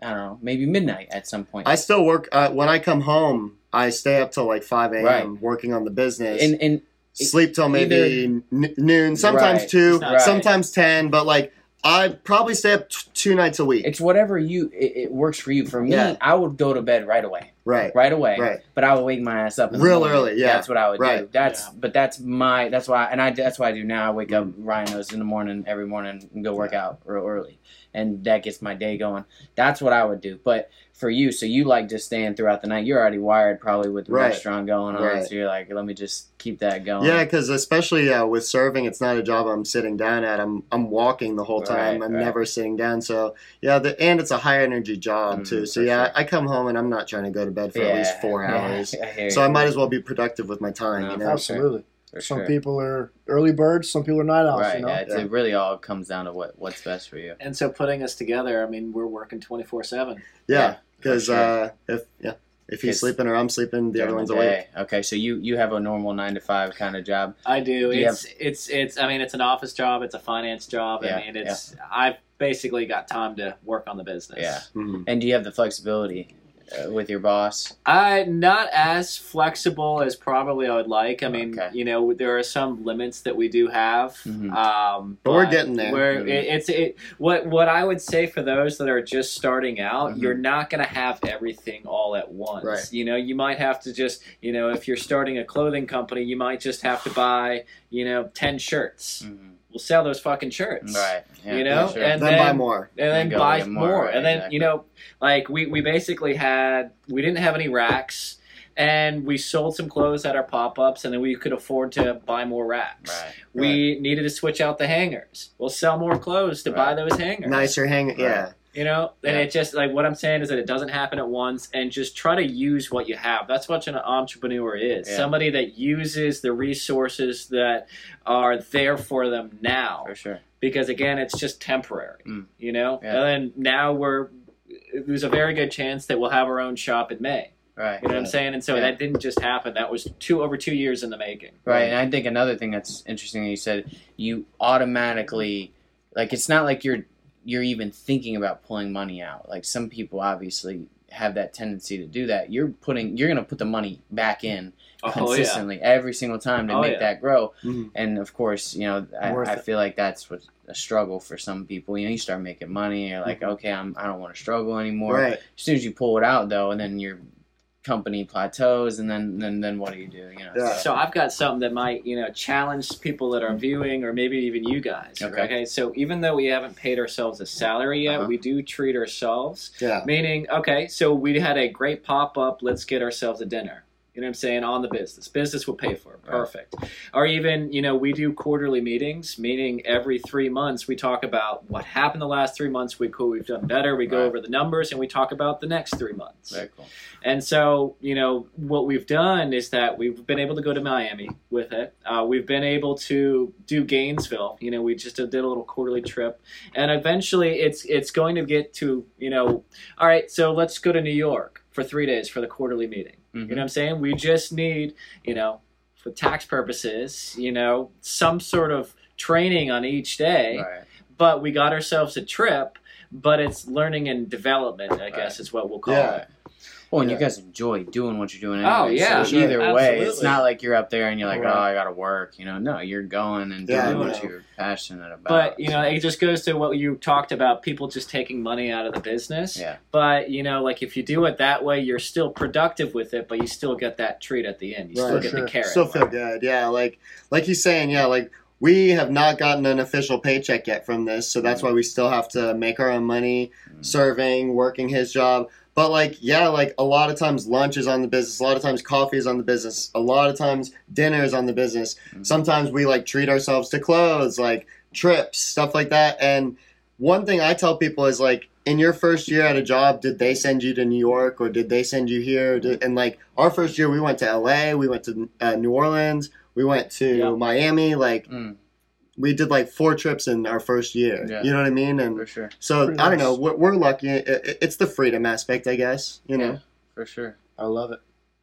F: I don't know, maybe midnight at some point.
C: I still work uh, when I come home. I stay up till like five a.m.
F: Right.
C: working on the business.
F: and and
C: sleep till maybe n- noon, sometimes
F: Right.
C: two,
D: It's not-
C: sometimes ten. But like I probably stay up t- two nights a week.
F: it's whatever you it, it works for you. For me,
C: Yeah.
F: I would go to bed right away.
C: right,
F: right away.
C: Right.
F: But I would wake my ass up in the
C: Real
F: morning.
C: early, yeah.
F: That's what I would do.
C: Right.
F: That's but that's my that's why and I that's what I do now. I wake
C: Mm.
F: up Ryan knows in the morning every morning and go work out real early, and that gets my day going. That's what I would do. But for you, so you like just staying throughout the night. You're already wired probably with the
C: Right.
F: restaurant going on,
C: Right.
F: so you're like, let me just keep that going.
C: Yeah, because especially uh, with serving, it's not a job I'm sitting down at. I'm I'm walking the whole time.
F: Right,
C: I'm
F: right.
C: never sitting down. So yeah, the, and it's a high energy job
F: Mm,
C: too. So
F: for
C: yeah,
F: sure.
C: I come home and I'm not trying to go to bed for at least four
F: [LAUGHS] yeah,
C: hours.
F: I hear
C: So I
F: you,
C: might as well be productive with my time.
F: No,
C: you know?
F: for sure.
E: Absolutely.
F: for
E: Some
F: sure.
E: people are early birds. Some people are night owls.
F: Right,
E: You know?
F: yeah, it's,
C: Yeah.
F: it really all comes down to what what's best for you.
D: And so putting us together, I mean, we're working twenty four seven.
C: Yeah, because
F: sure.
C: uh, if yeah, if he's
F: 'Cause
C: sleeping or I'm sleeping, the other
F: During
C: one's
F: the
C: awake.
F: day. Okay, so you you have a normal nine to five kind of job.
D: I do.
F: Do you
D: It's it's it's. I mean, it's an office job. It's a finance job.
F: Yeah,
D: I mean, it's. I've basically got time to work on the business.
F: Yeah.
C: Mhm.
F: And do you have the flexibility uh, with your boss?
D: I not as flexible as probably I would like. I mean,
F: Okay.
D: you know, there are some limits that we do have.
F: Mhm.
D: Um,
C: But we're getting there.
D: We're,
F: Mhm.
D: it, it's it. What what I would say for those that are just starting out,
F: Mhm.
D: you're not going to have everything all at once.
C: Right.
D: You know, you might have to just, you know, if you're starting a clothing company, you might just have to buy, you know, ten shirts. We'll sell those fucking shirts.
F: Right. Yeah,
D: Mm-hmm. You know,
F: for sure.
D: and
C: then, buy
D: then-
C: more.
D: and then
F: And go
D: buy
F: get
D: more,
F: more, right,
D: and then
F: exactly.
D: you know like we, we basically had we didn't have any racks and we sold some clothes at our pop-ups and then we could afford to buy more racks
F: right.
D: we needed to switch out the hangers we'll sell more clothes to buy
F: Right.
D: those hangers
C: Nicer hang. Yeah.
D: You know, and
B: Yeah.
D: it just like what I'm saying is that it doesn't happen at once, and just try to use what you have. That's what an entrepreneur is
F: Yeah.
D: somebody that uses the resources that are there for them now
F: for sure.
D: because again it's just temporary
F: Mm.
D: you know
F: Yeah.
D: and then now we're there's a very good chance that we'll have our own shop in may
F: Right.
D: you know what i'm
C: Yeah.
D: saying and so
F: Yeah.
D: that didn't just happen that was two over two years in the making
F: Right, and I think another thing that's interesting that you said you automatically like it's not like you're you're even thinking about pulling money out. Like some people obviously have that tendency to do that. You're putting you're gonna put the money back in
C: Oh,
F: consistently every single time to
D: Oh,
F: make
D: yeah.
F: that grow.
C: Mhm.
F: And of course, you know, I,
C: Worth
F: I
C: it.
F: feel like that's what a struggle for some people. You know, you start making money, you're like, okay, I'm I don't want to struggle anymore.
C: Mm-hmm. Right.
F: As soon as you pull it out though, and then your company plateaus, and then then then what do you do? You know,
C: Yeah.
D: So I've got something that might, you know, challenge people that are viewing or maybe even you guys.
F: Okay.
D: So even though we haven't paid ourselves a salary yet,
F: Uh-huh.
D: we do treat ourselves.
C: Yeah.
D: Meaning, okay, so we had a great pop up, let's get ourselves a dinner. You know what I'm saying? On the business. Business will pay for it. Perfect. Or even, you know, we do quarterly meetings, meaning every three months we talk about what happened the last three months, we cool, we've done better, we go
F: Right.
D: over the numbers and we talk about the next three months.
F: very cool.
D: And so, you know, what we've done is that we've been able to go to Miami with it. Uh, we've been able to do Gainesville. You know, we just did a little quarterly trip, and eventually, it's it's going to get to you know, all right. So let's go to New York for three days for the quarterly meeting.
F: Mhm.
D: You know what I'm saying? We just need you know, for tax purposes, you know, some sort of training on each day
F: Right.
D: but we got ourselves a trip but it's learning and development i guess is what we'll call
C: Yeah.
D: it
F: Well, and
C: Yeah.
F: you guys enjoy doing what you're doing. Anyway,
D: Oh, yeah,
F: So
C: sure.
F: either way, it's
D: Absolutely.
F: not like you're up there and you're like,
C: Right.
F: oh, I got to work. You know, no, you're going and doing
C: Yeah,
D: I
F: what
C: know.
F: you're passionate about.
D: but you know it just goes to what you talked about people just taking money out of the business
F: Yeah.
D: but you know like if you do it that way you're still productive with it but you still get that treat at the end you still
C: Right,
D: get
C: sure.
D: the carrot
C: Still feel good. Yeah, like like he's saying, yeah, like we have not gotten an official paycheck yet from this, so that's why we still have to make our own money,
F: Mm.
C: serving, working his job. But like, yeah, like a lot of times lunch is on the business, a lot of times coffee is on the business, a lot of times dinner is on the business.
F: Mhm.
C: Sometimes we like treat ourselves to clothes, like trips, stuff like that. And one thing I tell people is like in your first year at a job, did they send you to New York or did they send you here? Did, and like our first year, we went to LA, we went to uh, New Orleans, we went to
D: Yeah.
C: Miami. Like
F: Mm,
C: we did like four trips in our first year.
F: Yeah.
C: You know what I mean?
F: for
C: And
F: sure,
C: so
E: Pretty
C: I don't
E: nice.
C: know. We're, we're lucky. It, it- it's the freedom aspect, I guess. You know.
F: Yeah. for sure,
E: I love it.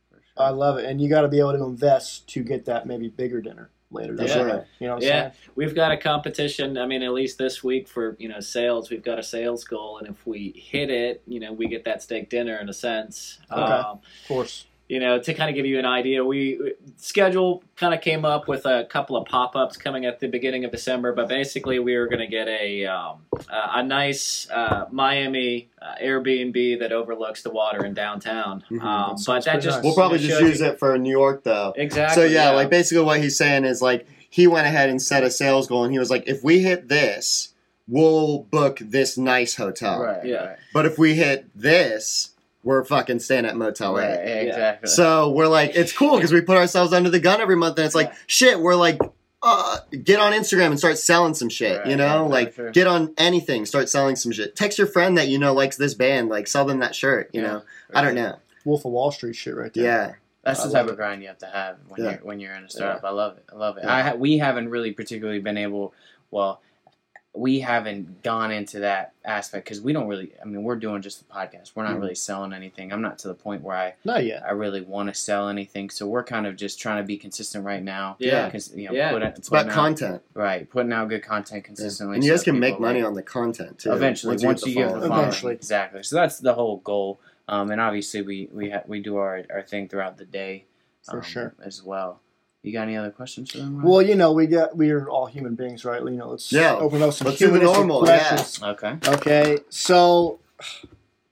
F: for sure.
E: I love it. And you got to be able to invest to get that maybe bigger dinner later. down
D: Yeah.
E: the road. You know what I'm
D: Yeah.
E: saying?
D: we've got a competition i mean at least this week for you know sales we've got a sales goal and if we hit it you know we get that steak dinner in a sense
E: Okay.
D: um,
E: Of course.
D: you know, to kind of give you an idea, we schedule kind of came up with a couple of pop ups coming at the beginning of December, but basically we were going to get a um, uh, a nice uh, Miami uh, Airbnb that overlooks the water in downtown.
C: Mhm, that
D: um, but
E: Mm-hmm. sounds
D: that
E: pretty
D: just
E: nice.
C: We'll probably
D: it
C: just
D: shows
C: use
D: you-
C: it for New York though.
D: exactly.
C: So yeah, like basically what he's saying is like he went ahead and set a sales goal, and he was like, if we hit this, we'll book this nice hotel.
F: right,
D: yeah.
F: right,
C: But if we hit this, we're fucking staying at Motel
F: right,
C: Eight.
F: exactly.
C: So we're like, it's cool because we put ourselves under the gun every month, and it's like,
D: Yeah.
C: shit, we're like, uh, get on Instagram and start selling some shit,
F: Right,
C: you know?
F: yeah,
C: like,
F: sure.
C: get on anything, start selling some shit. Text your friend that you know likes this band, like, sell them that shirt, you
F: Yeah,
C: know?
F: for
C: I don't
F: sure.
C: know.
E: Wolf of Wall Street shit right there.
C: Yeah.
F: That's
E: I
F: the
E: love
F: type of grind you have to have when
C: Yeah.
F: you're when you're in a startup. I love it. I love it.
C: Yeah.
F: I ha- we haven't really particularly been able. Well, we haven't gone into that aspect because we don't really. I mean, we're doing just the podcast. We're not
C: Mhm.
F: really selling anything. I'm not to the point where I
E: Not yet.
F: I really want to sell anything. So we're kind of just trying to be consistent right now.
D: Yeah.
F: Cons- you know,
D: Yeah.
F: Put,
C: It's
F: putting
C: about
F: out-
C: content.
F: Right. Putting out good content consistently.
C: And you guys
F: so
C: can
F: people
C: make money
F: like-
C: on the content, too.
F: Eventually, once you give the
E: following.
F: following.
E: Eventually.
F: Exactly. So that's the whole goal. Um, and obviously, we we ha- we do our, our thing throughout the day.
E: For
F: um,
E: sure.
F: As well. You got any other questions for them? Ryan?
E: Well, you know, we got we are all human beings, right? You know, let's
C: Yeah.
E: open up some
C: Let's do the
E: humanistic
C: normal,
E: questions.
F: okay.
E: Okay, so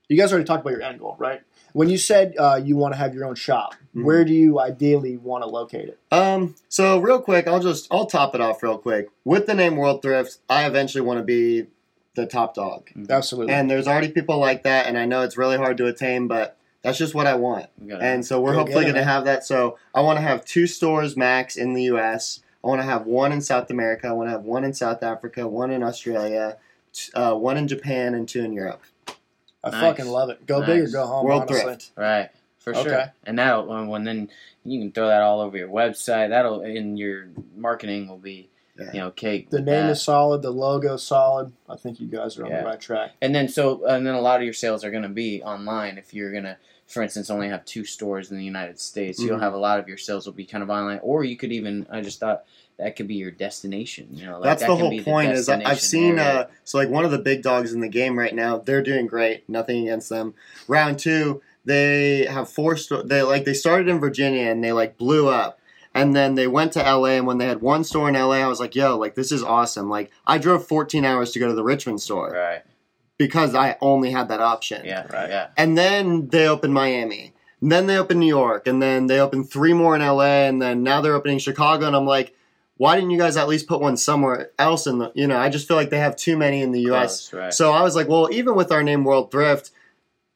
E: you guys already talked about your end goal, right? When you said uh, you want to have your own shop,
C: Mhm.
E: where do you ideally want to locate it?
C: Um, so real quick, I'll just I'll top it off real quick. With the name World Thrift, I eventually want to be the top dog.
E: Absolutely.
C: And there's already people like that, and I know it's really hard to attain, but that's just what I want.
F: We got
C: And so we're
E: Go
C: hopefully
E: get it,
C: going to
E: man.
C: have that. So I want to have two stores max in the U.S. I want to have one in South America. I want to have one in South Africa, one in Australia, uh, one in Japan and two in Europe.
A: I
F: Nice.
A: fucking love it. Go big or
F: Nice.
A: go home.
C: World
A: honestly.
C: thrift.
F: Right. For
A: Okay.
F: sure. And that'll when when then you can throw that all over your website. That'll and your marketing will be
C: Yeah.
F: you know, cake.
A: The
F: with
A: name
F: that.
A: is solid. The logo's solid. I think you guys are on
F: Yeah.
A: the right track.
F: and then so and then a lot of your sales are gonna be online if you're gonna for instance only have two stores in the United States. You'll
C: Mhm.
F: have a lot of your sales will be kind of online. Or you could even I just thought that could be your destination. You know, like
C: That's
F: that
C: the
F: can
C: whole
F: be
C: point. Is I- I've
F: destination
C: seen
F: area.
C: uh, so like one of the big dogs in the game right now. They're doing great. Nothing against them. Round two, they have four. Sto- they like they started in Virginia and they like blew up. And then they went to LA, and when they had one store in LA, I was like, "Yo, like this is awesome!" Like I drove 14 hours to go to the Richmond store
F: Right.
C: because I only had that option.
F: Yeah. Right. Yeah.
C: And then they opened Miami. And then they opened New York. And then they opened three more in LA. And then now they're opening Chicago. And I'm like, why didn't you guys at least put one somewhere else in the, you know, I just feel like they have too many in the US.
F: Close, right.
C: So I was like, well, even with our name World Thrift,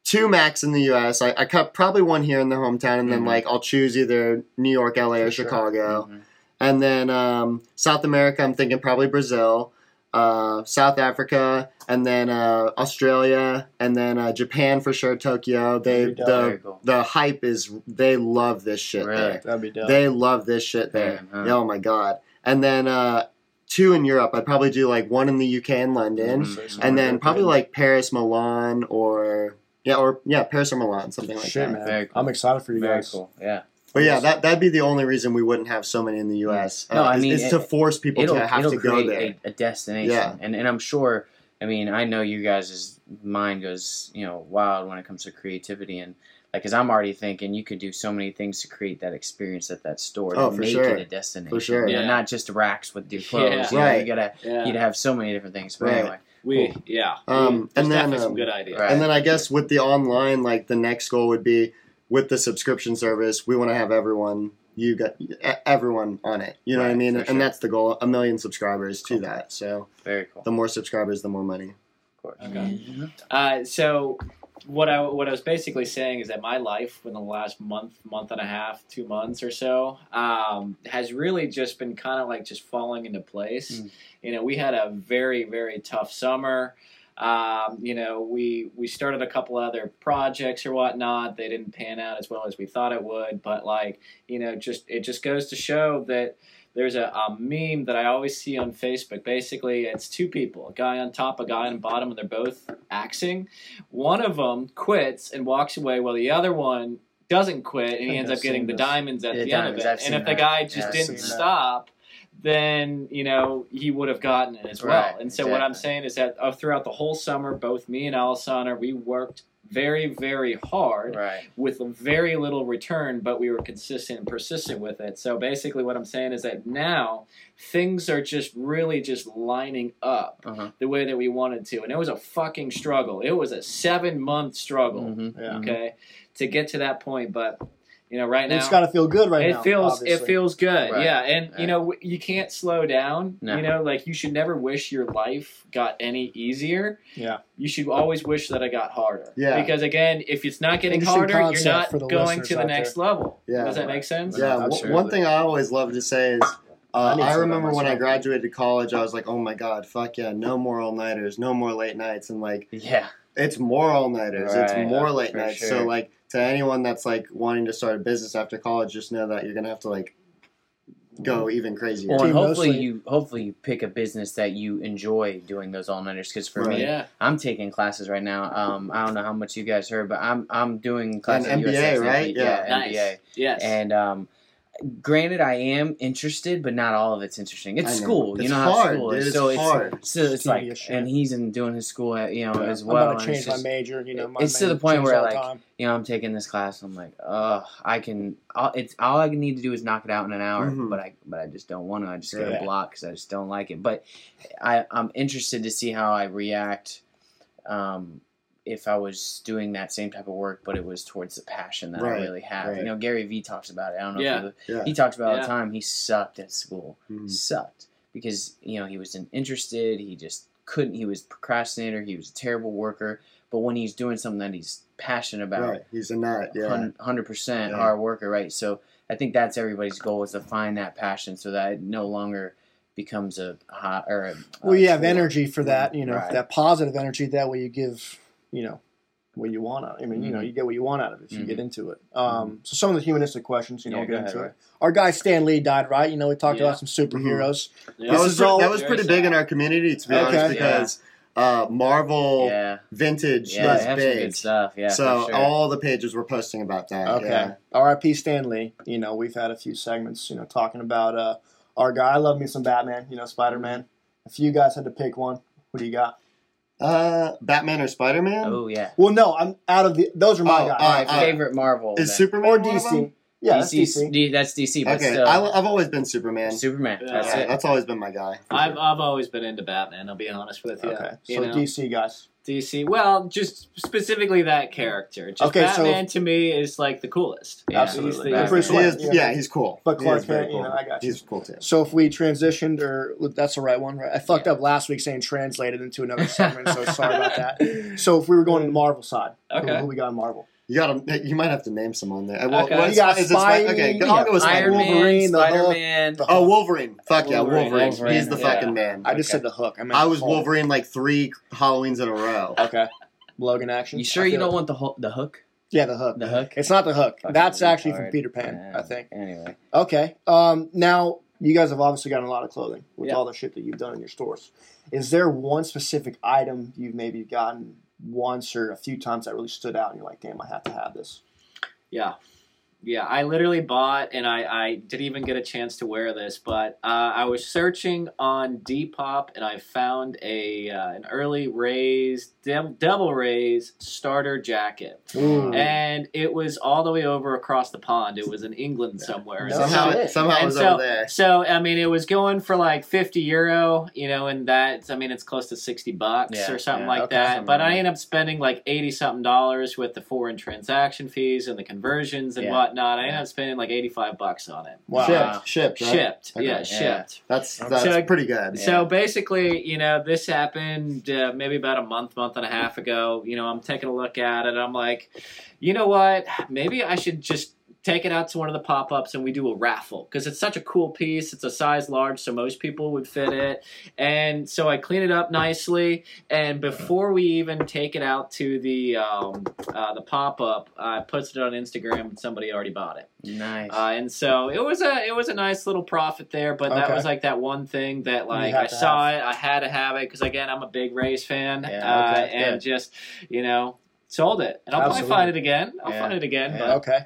C: two max in the US, I, I cut probably one here in the hometown. And then
F: Mhm.
C: like I'll choose either New York, LA, or
A: For sure.
C: Chicago.
F: Mhm.
C: And then um, South America, I'm thinking probably Brazil, uh, South Africa, and then uh, Australia, and then uh, Japan for sure, Tokyo. They
A: Very dope.
F: Very
C: the
F: cool.
C: the hype is they love this shit
F: Really?
C: there.
A: That'd be dope.
C: They love this shit there.
F: Yeah, huh.
C: Oh my god! And then uh, two in Europe. I'd probably do like one in the UK and London,
F: Mhm.
C: and then probably like Paris, Milan, or yeah, or yeah, Paris or Milan, something like
A: Shit,
C: that.
A: man.
F: Very cool.
A: I'm excited for you
F: Very
A: guys.
F: cool. Yeah.
C: But yeah, that that'd be the only reason we wouldn't have so many in the U.S.
F: Mm. No, I
C: is-
F: mean,
C: is
F: it-
C: to force people
F: it'll
C: to have
F: it'll
C: to go
F: create
C: there.
F: a, a destination,
C: Yeah.
F: and and I'm sure. I mean, I know you guys' mind goes you know wild when it comes to creativity and. Like, cause I'm already thinking you could do so many things to create that experience at that store
C: Oh,
F: to
C: for
F: make
C: sure.
F: it a destination.
C: For sure.
F: you know,
D: Yeah.
F: not just racks with your clothes.
D: Yeah.
F: You know,
C: Right.
F: you gotta
D: Yeah,
F: you'd have so many different things. But
C: Right.
F: anyway,
D: we yeah.
C: Um,
D: we,
C: and
D: there's
C: then,
D: definitely some
C: um,
D: good ideas.
F: right.
C: And then I guess with the online, like the next goal would be with the subscription service, we want to have everyone you got e- everyone on it. You know what I
F: Right,
C: mean?
F: for
C: And
F: sure.
C: that's the goal: a million subscribers to that. So
F: very cool.
C: the more subscribers, the more money.
F: Of course.
D: Okay. Uh, so what I what I was basically saying is that my life in the last month, month and a half, two months or so, um, has really just been kind of like just falling into place.
F: Mm.
D: You know, we had a very very tough summer. Um, you know, we we started a couple other projects or whatnot. They didn't pan out as well as we thought it would, but like you know, just it just goes to show that there's a, a meme that I always see on Facebook. Basically, it's two people, a guy on top, a guy on bottom, and they're both axing. One of them quits and walks away, while the other one doesn't
A: I
D: quit and
F: [LAUGHS]
D: he
A: think
D: ends
A: I've
D: up getting
A: seen
D: the
A: this.
D: diamonds at
F: Yeah,
D: the
F: diamonds,
D: end
F: I've
D: of it.
F: seen
D: And if
F: that.
D: the guy
F: Yeah,
D: just
F: I've
D: didn't
A: seen that.
D: stop, then you know he would have gotten it as well.
F: Right,
D: and so what I'm
F: exactly.
D: saying is that uh, throughout the whole summer, both me and Alessandra, we worked very, very hard
F: Right.
D: with very little return, but we were consistent and persistent with it. So basically, what I'm saying is that now things are just really just lining up
F: Uh huh.
D: the way that we wanted to. And it was a fucking struggle. It was a seven month struggle,
F: Mm-hmm.
A: Yeah.
D: okay, to get to that point. But, you know, right
A: And It's got
D: now.
A: to feel good right
D: it
A: now.
D: feels
A: obviously.
D: it feels good,
F: Right.
D: yeah. And you
F: Right.
D: know w- you can't slow down.
F: No.
D: You know, like you should never wish your life got any easier.
A: Yeah.
D: You should always wish that it got harder.
C: Yeah.
D: Because again, if it's not getting
A: Interesting
D: harder, you're
A: concept
D: not
A: for the
D: going
A: listeners
D: to the
A: out
D: next level.
C: Yeah.
D: Does that make sense?
C: Yeah.
A: I'm
C: one-
A: sure
C: one
A: that-
C: thing I always love to say is. Uh,
A: I need some of
C: I
A: that
C: remember when I
A: myself.
C: graduated college, I was like, "Oh my god, fuck yeah, no more all nighters, no more late nights," and like
F: Yeah.
C: it's more all nighters.
F: Right,
C: it's more late
F: for
C: nights.
F: sure.
C: So like to anyone that's like wanting to start a business after college, just know that you're gonna have to like go even crazier.
F: Mm-hmm. Well, and
A: Team
F: hopefully
A: mostly-
F: you hopefully you pick a business that you enjoy doing those all nighters. Because for
C: Right.
F: me,
D: Yeah.
F: I'm taking classes right now. Um, I don't know how much you guys heard, but I'm I'm doing classes
C: An
F: at
C: MBA,
F: USF,
C: right?
F: Yeah,
D: Nice.
F: MBA.
D: Yes.
F: And um, granted, I am interested, but not all of it's interesting. It's
C: I know.
F: school, you
C: It's
F: know how
C: hard,
F: school
C: dude.
F: is.
C: It's
F: so
C: hard.
F: it's so it's like,
A: Tedious shit.
F: and he's in doing his school, at, you know, as
A: I'm
F: well.
A: about to
F: and it's
A: change my
F: just-
A: major. You know, my
F: it's to the
A: major
F: point
A: changes
F: where,
A: all the
F: like,
A: time.
F: you know, I'm taking this class. I'm like, oh, I can. All, it's all I need to do is knock it out in an hour,
C: Mhm.
F: but I but I just don't want to. I just got to
A: Yeah.
F: block because I just don't like it. But I I'm interested to see how I react. Um, if I was doing that same type of work, but it was towards the passion that I
C: Right,
F: really have. You
C: right.
F: know, Gary Vee talks about it. I don't know.
D: Yeah.
F: If you,
C: Yeah.
F: He talks about it all the
D: Yeah.
F: time. He sucked at school
C: Mhm.
F: sucked because you know he was interested he just couldn't he was a procrastinator he was a terrible worker but when he's doing something that he's passionate about
C: Right, he's a nut. Yeah,
F: 100%
C: Yeah.
F: hard worker right so i think that's everybody's goal is to find that passion so that it no longer becomes a hot or a,
A: Well, you
F: a
A: have
F: tool.
A: energy for that, you know,
F: Right.
A: that positive energy. That way, you give, you know, what you want out. I mean, you know, you get what you want out of it if you get into it. Um, So, some of the humanistic questions, you know,
F: Yeah,
A: we'll
F: go
A: get
F: ahead,
A: into
F: Ray.
A: it. Our guy Stan Lee died, right? You know, we talked
D: Yeah.
A: about some superheroes.
C: That was,
A: is
C: pre-
A: all-
C: that was
D: Very
C: pretty big in
D: sad.
C: our community, to be
A: Okay.
C: honest, because uh, Marvel
F: Yeah,
C: Vintage
F: yeah, they
C: was
F: have some
C: big.
F: good stuff. Yeah,
C: so
F: for sure.
C: all the pages were posting about that.
A: Okay.
C: yeah.
A: R.I.P. Stan Lee. You know, we've had a few segments, you know, talking about uh, our guy. I love me some Batman, you know, Spider Man. If you guys had to pick one, what do you got?
C: Uh, Batman or Spider Man?
F: oh yeah,
A: Well, no, I'm out of the. Those are my
C: Oh,
A: guys.
C: uh,
F: my favorite Marvel
C: Is
F: then.
C: Superman
A: or
C: one of them?
A: DC. Yeah, that's
F: DC's
A: DC.
F: D- that's DC, but
C: Okay,
F: still
C: I, I've always been Superman.
F: Superman.
D: Yeah.
F: That's
C: Yeah,
F: it.
C: That's always been my guy.
D: I've, I've always been into Batman. I'll be honest with you.
A: Okay,
D: You
A: so
D: know?
A: DC guys.
D: DC. Well, just specifically that character. Just
A: Okay, so-
D: Batman to me is like the coolest.
F: Yeah.
A: Absolutely.
D: He's the-
A: Bruce
C: He
A: Wayne,
C: is,
A: yeah.
C: yeah. he's cool.
A: But
C: He
A: Clark
C: is very
A: Kent, you
C: cool.
A: know, I got you.
C: He's cool too.
A: So if we transitioned, or that's the right one, right? I fucked up last week saying translated into
F: [LAUGHS]
A: another segment, so sorry about that. So if we were going to the Marvel side, who-
D: Okay.
A: who we got on Marvel?
C: You got to You might have to name someone there. Uh, Well,
D: Okay.
C: well,
A: You got
C: is it Spi-
A: Spidey,
C: Okay,
A: you
C: I'll
A: got
C: go with Spider.
F: Iron Man,
A: Wolverine, the Hulk,
F: Spider-Man.
A: the-
C: Oh, Wolverine. Fuck yeah,
D: Wolverine.
C: Wolverine.
F: Wolverine,
C: He's the
F: yeah.
C: fucking man.
A: Oh, I just said the hook. I meant
C: I was
A: Hulk.
C: Wolverine like three Halloweens in a row.
A: Okay, Logan action.
F: You sure
A: I
F: you
A: feel
F: don't
A: it.
F: want the hook? The hook?
A: Yeah, the hook.
F: The hook?
A: It's not the hook.
F: Fucking
A: That's actually from
F: retard.
A: Peter Pan,
F: Yeah.
A: I think.
F: Anyway,
A: Okay. Um, now you guys have obviously gotten a lot of clothing with
D: Yeah.
A: all the shit that you've done in your stores. Is there one specific item you've maybe gotten once or a few times that really stood out and you're like, damn, I have to have this?
D: Yeah. Yeah, I literally bought, and I, I didn't even get a chance to wear this, but uh, I was searching on Depop, and I found a uh, an early Rays, Dem- Devil Rays starter jacket.
A: Hmm.
F: Ooh.
D: And it was all the way over across the pond. It was in England somewhere.
A: No
D: somehow.
C: somehow,
A: shit.
C: somehow it
D: And
C: was
D: so-
C: over there.
D: So I mean, it was going for like fifty euro, you know, and that's I mean, it's close to sixty bucks
F: Yeah,
D: or something
F: yeah,
D: like
F: okay,
D: that.
F: something
D: But
F: like
D: I
F: that.
D: ended up spending like eighty something dollars with the foreign transaction fees and the conversions and
F: Yeah,
D: whatnot. I ended
F: yeah.
D: up spending like eighty five bucks on it,
A: Wow.
F: Shit.
C: Shipped, shipped, right?
D: shipped.
C: Okay,
D: Yeah,
F: yeah.
D: shipped.
C: That's
F: Okay.
C: that's
D: So-
C: pretty good.
F: Yeah.
D: So basically, you know, this happened uh, maybe about a month, month and a half ago. You know, I'm taking a look at it. I'm like, you know what? Maybe I should just take it out to one of the pop ups and we do a raffle because it's such a cool piece. It's a size large, so most people would fit it. And so I clean it up nicely. And before we even take it out to the um, uh, the pop up, I posted it on Instagram and somebody already bought it.
F: nice.
D: Uh, and so it was a it was a nice little profit there, but that
A: Okay.
D: was like that one thing that like
A: have
D: I
A: to
D: saw it, I had to have it because again I'm a big Rays fan,
F: Yeah,
D: uh,
F: okay,
D: and
F: good.
D: just you know sold it, and I'll
A: Absolutely.
D: probably find it again. I'll
F: Yeah.
D: find it again.
F: Yeah.
D: But
A: Okay.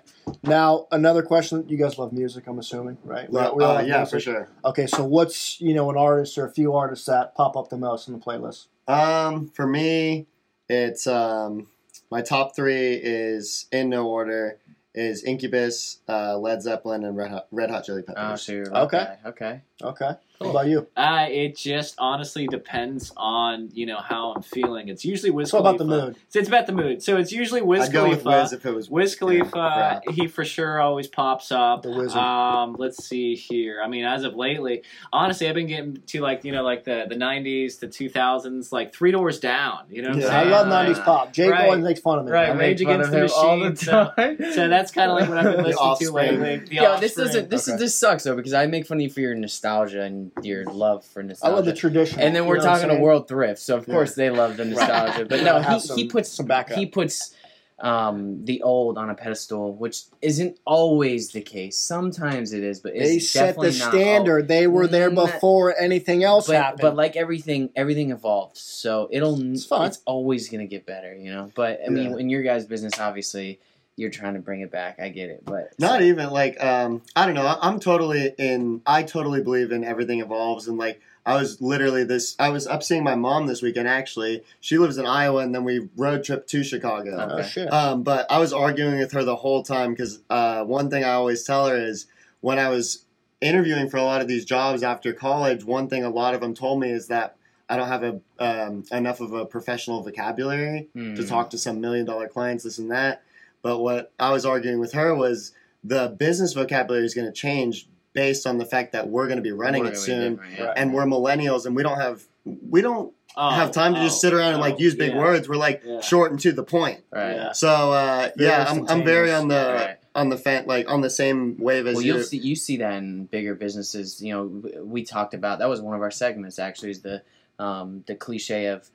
A: Now, another question. You guys love music, I'm assuming, right? We-
C: Well,
A: we all
C: uh,
A: love
C: yeah,
A: music.
C: for sure.
A: Okay, so what's, you know, an artist or a few artists that pop up the most in the playlist?
C: Um, for me, it's um, my top three is in no order is Incubus, uh, Led Zeppelin, and Red Hot, Red Hot Chili
F: oh,
C: Peppers.
F: so you're
A: Okay.
F: okay. Okay.
A: Okay.
F: Oh,
A: What about you?
D: Uh, it just honestly depends on you know how I'm feeling. It's usually Wiz
A: It's all about the
D: Khalifa.
A: mood.
D: So it's about the mood. So it's usually Wiz
C: I'd go with
D: Khalifa.
C: Wiz if it was
D: Wiz Khalifa,
C: Yeah,
D: he for sure always pops up.
A: The wizard.
D: Um, let's see here. I mean, as of lately, honestly, I've been getting to like you know like the the '90s, the 2000s, like Three Doors Down. You know what
C: Yeah,
D: I'm
A: I
D: saying?
A: love
D: Like,
A: 90s pop. Jay
D: Right.
A: Bowen makes fun of me.
D: Right.
F: I
A: man.
F: make
D: Rage
F: fun
D: Against
F: of
D: the
F: him all the
D: Machine, so-
F: time.
D: [LAUGHS] So that's kind of like what I've
F: The
D: been listening to
C: Offspring.
D: lately. The
F: Yo, this
D: Offspring.
F: doesn't. This
A: Okay.
F: is this sucks though because I make fun of you for your nostalgia and your love for
A: I
F: nostalgia.
A: love the tradition.
F: and then we're talking to World Thrift, so of
C: Yeah.
F: course they love the nostalgia. But
A: Yeah,
F: no, he,
A: have
F: he
A: some-
F: puts
A: some backup.
F: He puts um, the old on a pedestal, which isn't always the case. Sometimes it is, but it's
A: They set the
F: definitely not al-
A: standard. They were there
F: Not-
A: before anything else
F: But,
A: happened.
F: but like everything, everything evolves, so it'll
A: It's
F: it's,
A: fine.
F: always gonna get better, you know. But I mean,
C: Yeah.
F: in your guys' business, obviously, you're trying to bring it back. I get it, but
C: Not even like um, I don't know. I- I'm totally in. I totally believe in everything evolves and like. I was literally this. I was up seeing my mom this weekend. Actually, she lives in Iowa, and then we road trip to Chicago.
F: Oh,
A: oh
F: okay.
A: shit.
C: Um, but I was arguing with her the whole time because uh, one thing I always tell her is when I was interviewing for a lot of these jobs after college, one thing a lot of them told me is that I don't have a um, enough of a professional vocabulary
F: hmm.
C: to talk to some million dollar clients, this and that. But what I was arguing with her was the business vocabulary is going to change based on the fact that we're going to be running
F: We're
C: it
F: gonna be
C: soon.
F: different,
A: Right.
C: And we're millennials, and we don't have we don't
D: Oh,
C: have time to
D: oh,
C: just sit around and
D: oh,
C: like use big
D: yeah.
C: words. We're like
D: Yeah.
C: short and to the point.
F: Right.
D: Yeah.
C: So uh,
A: Very
C: yeah, I'm, I'm very on the
F: Right.
C: on the fan, like on the same wave as
F: Well,
C: you.
F: you'll see you see that in bigger businesses. You know, w- we talked about that was one of our segments actually is the um, the cliche of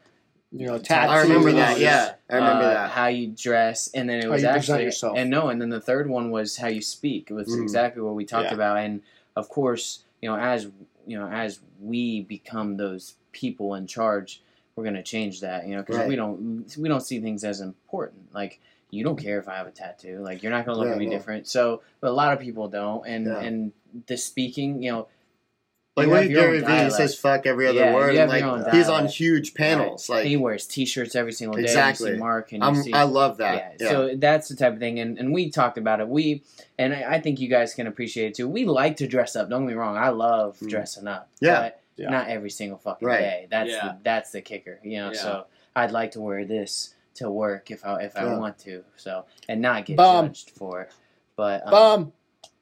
A: You know, tattoos.
C: I remember that. Yeah, I remember
F: uh,
C: that.
F: how you dress, and then it
A: How
F: was
A: you present
F: actually
A: yourself.
F: and no, and then the third one was how you speak. It was
C: Mm.
F: exactly what we talked
A: Yeah.
F: about, and of course, you know, as you know, as we become those people in charge, we're gonna change that. You know, because
C: Right.
F: we don't we don't see things as important. Like you don't care if I have a tattoo. Like you're not gonna look
C: Yeah,
F: at me
C: no.
F: different. So, but a lot of people don't, and
C: Yeah.
F: and the speaking, you know,
C: Like
F: you
C: look
F: have
C: at
F: your
C: Gary
F: own
C: Vee he
F: dialect.
C: says "fuck" every other
F: Yeah, you
C: word. And,
F: have your
C: like
F: own
C: he's on
F: dialect.
C: huge panels. Like
F: he wears t-shirts every single day. You
C: Exactly.
F: see Mark, and you
C: I'm,
F: see
C: I love that.
F: Yeah,
C: Yeah.
F: So that's the type of thing, and, and we talked about it. We and I, I think you guys can appreciate it too. We like to dress up. Don't get me wrong. I love
C: Mm.
F: dressing up.
C: Yeah.
F: but
A: Yeah.
F: not every single fucking
C: Right.
F: day. That's
D: Yeah.
F: the, that's the kicker. You know.
D: Yeah.
F: So I'd like to wear this to work if I if I
C: Yeah.
F: want to. So and not get
A: Bum.
F: judged for it. But um,
A: Bum.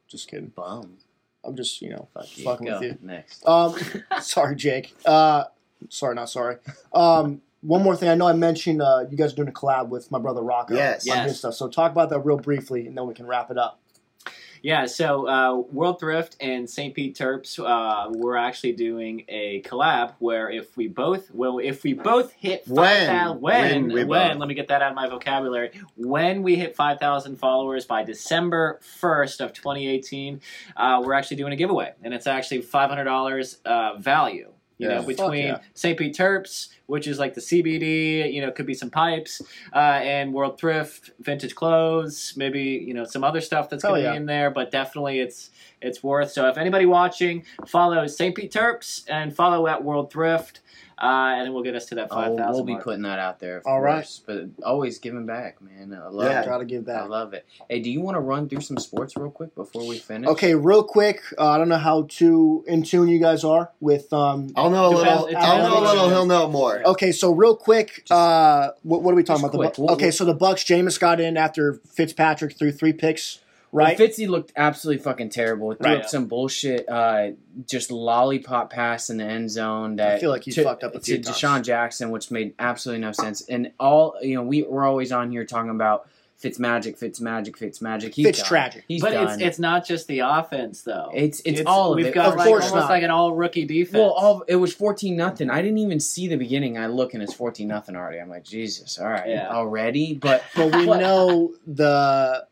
A: Just kidding.
F: bum.
A: I'm just you know
F: Fuck you.
A: fucking
F: Go
A: with you.
F: next.
A: Um, sorry, Jake. Uh, sorry, not sorry. Um, one more thing. I know I mentioned uh, you guys are doing a collab with my brother Rocco
C: Yes.
A: on
D: Yes.
A: his stuff. So talk about that real briefly, and then we can wrap it up.
D: Yeah, so uh, World Thrift and St. Pete Terps, uh, we're actually doing a collab where if we both, well, if we both hit
C: When.
D: 5,000, when,
C: When
D: when,
C: we both.
D: let me get that out of my vocabulary, when we hit 5,000 followers by December 1st of 2018, uh, we're actually doing a giveaway, and it's actually $500 uh, value. You
C: Yeah.
D: know,
C: Fuck
D: between
A: yeah.
D: St. Pete Terps, which is like the CBD, you know, could be some pipes, uh, and World Thrift, vintage clothes, maybe you know some other stuff that's
A: Hell
D: gonna
A: Oh, yeah.
D: be in there. But definitely, it's it's worth. So if anybody watching, follow St. Pete Terps and follow at World Thrift, uh, and it will get us to that
F: Oh,
D: five thousand.
F: we'll be putting that out there. Of
A: All right.
F: course, But always giving back, man. I love
C: Yeah.
F: it.
A: Try to give
F: I
A: that.
F: love it. Hey, do you want to run through some sports real quick before we finish?
A: Okay, real quick. Uh, I don't know how to in tune you guys are with. Um,
C: I'll know a
D: Depends-
C: little.
D: it
C: I'll know a
A: depends.
C: little. He'll know more.
A: okay, so real quick. Uh, what, what are we talking
F: Just
A: about?
F: quick.
A: The,
F: We'll-
A: Bu- okay, so the Bucks. Jameis got in after Fitzpatrick threw three picks. Right.
F: Well, Fitzy looked absolutely fucking terrible. He Threw
D: Right.
F: up some bullshit, uh, just lollipop pass in the end zone. That
A: I feel like he
F: to-
A: fucked up a
F: to
A: few times.
F: Deshaun Jackson, which made absolutely no sense. And all you know, we we're always on here talking about Fitz magic, Fitz magic, Fitz magic. He's
A: Fitz
F: done.
A: tragic.
F: He's
D: but
F: done.
D: it's it's not just the offense though.
F: It's- it's all of
D: we've
F: it.
D: got
A: Of
D: like
A: course
D: almost
A: not.
D: like an all rookie defense.
F: well, all it was fourteen nothing. I didn't even see the beginning. I look and it's fourteen nothing already. I'm like, Jesus, all right,
D: Yeah.
F: already. But
A: but
F: [LAUGHS]
A: we
F: But-
A: know the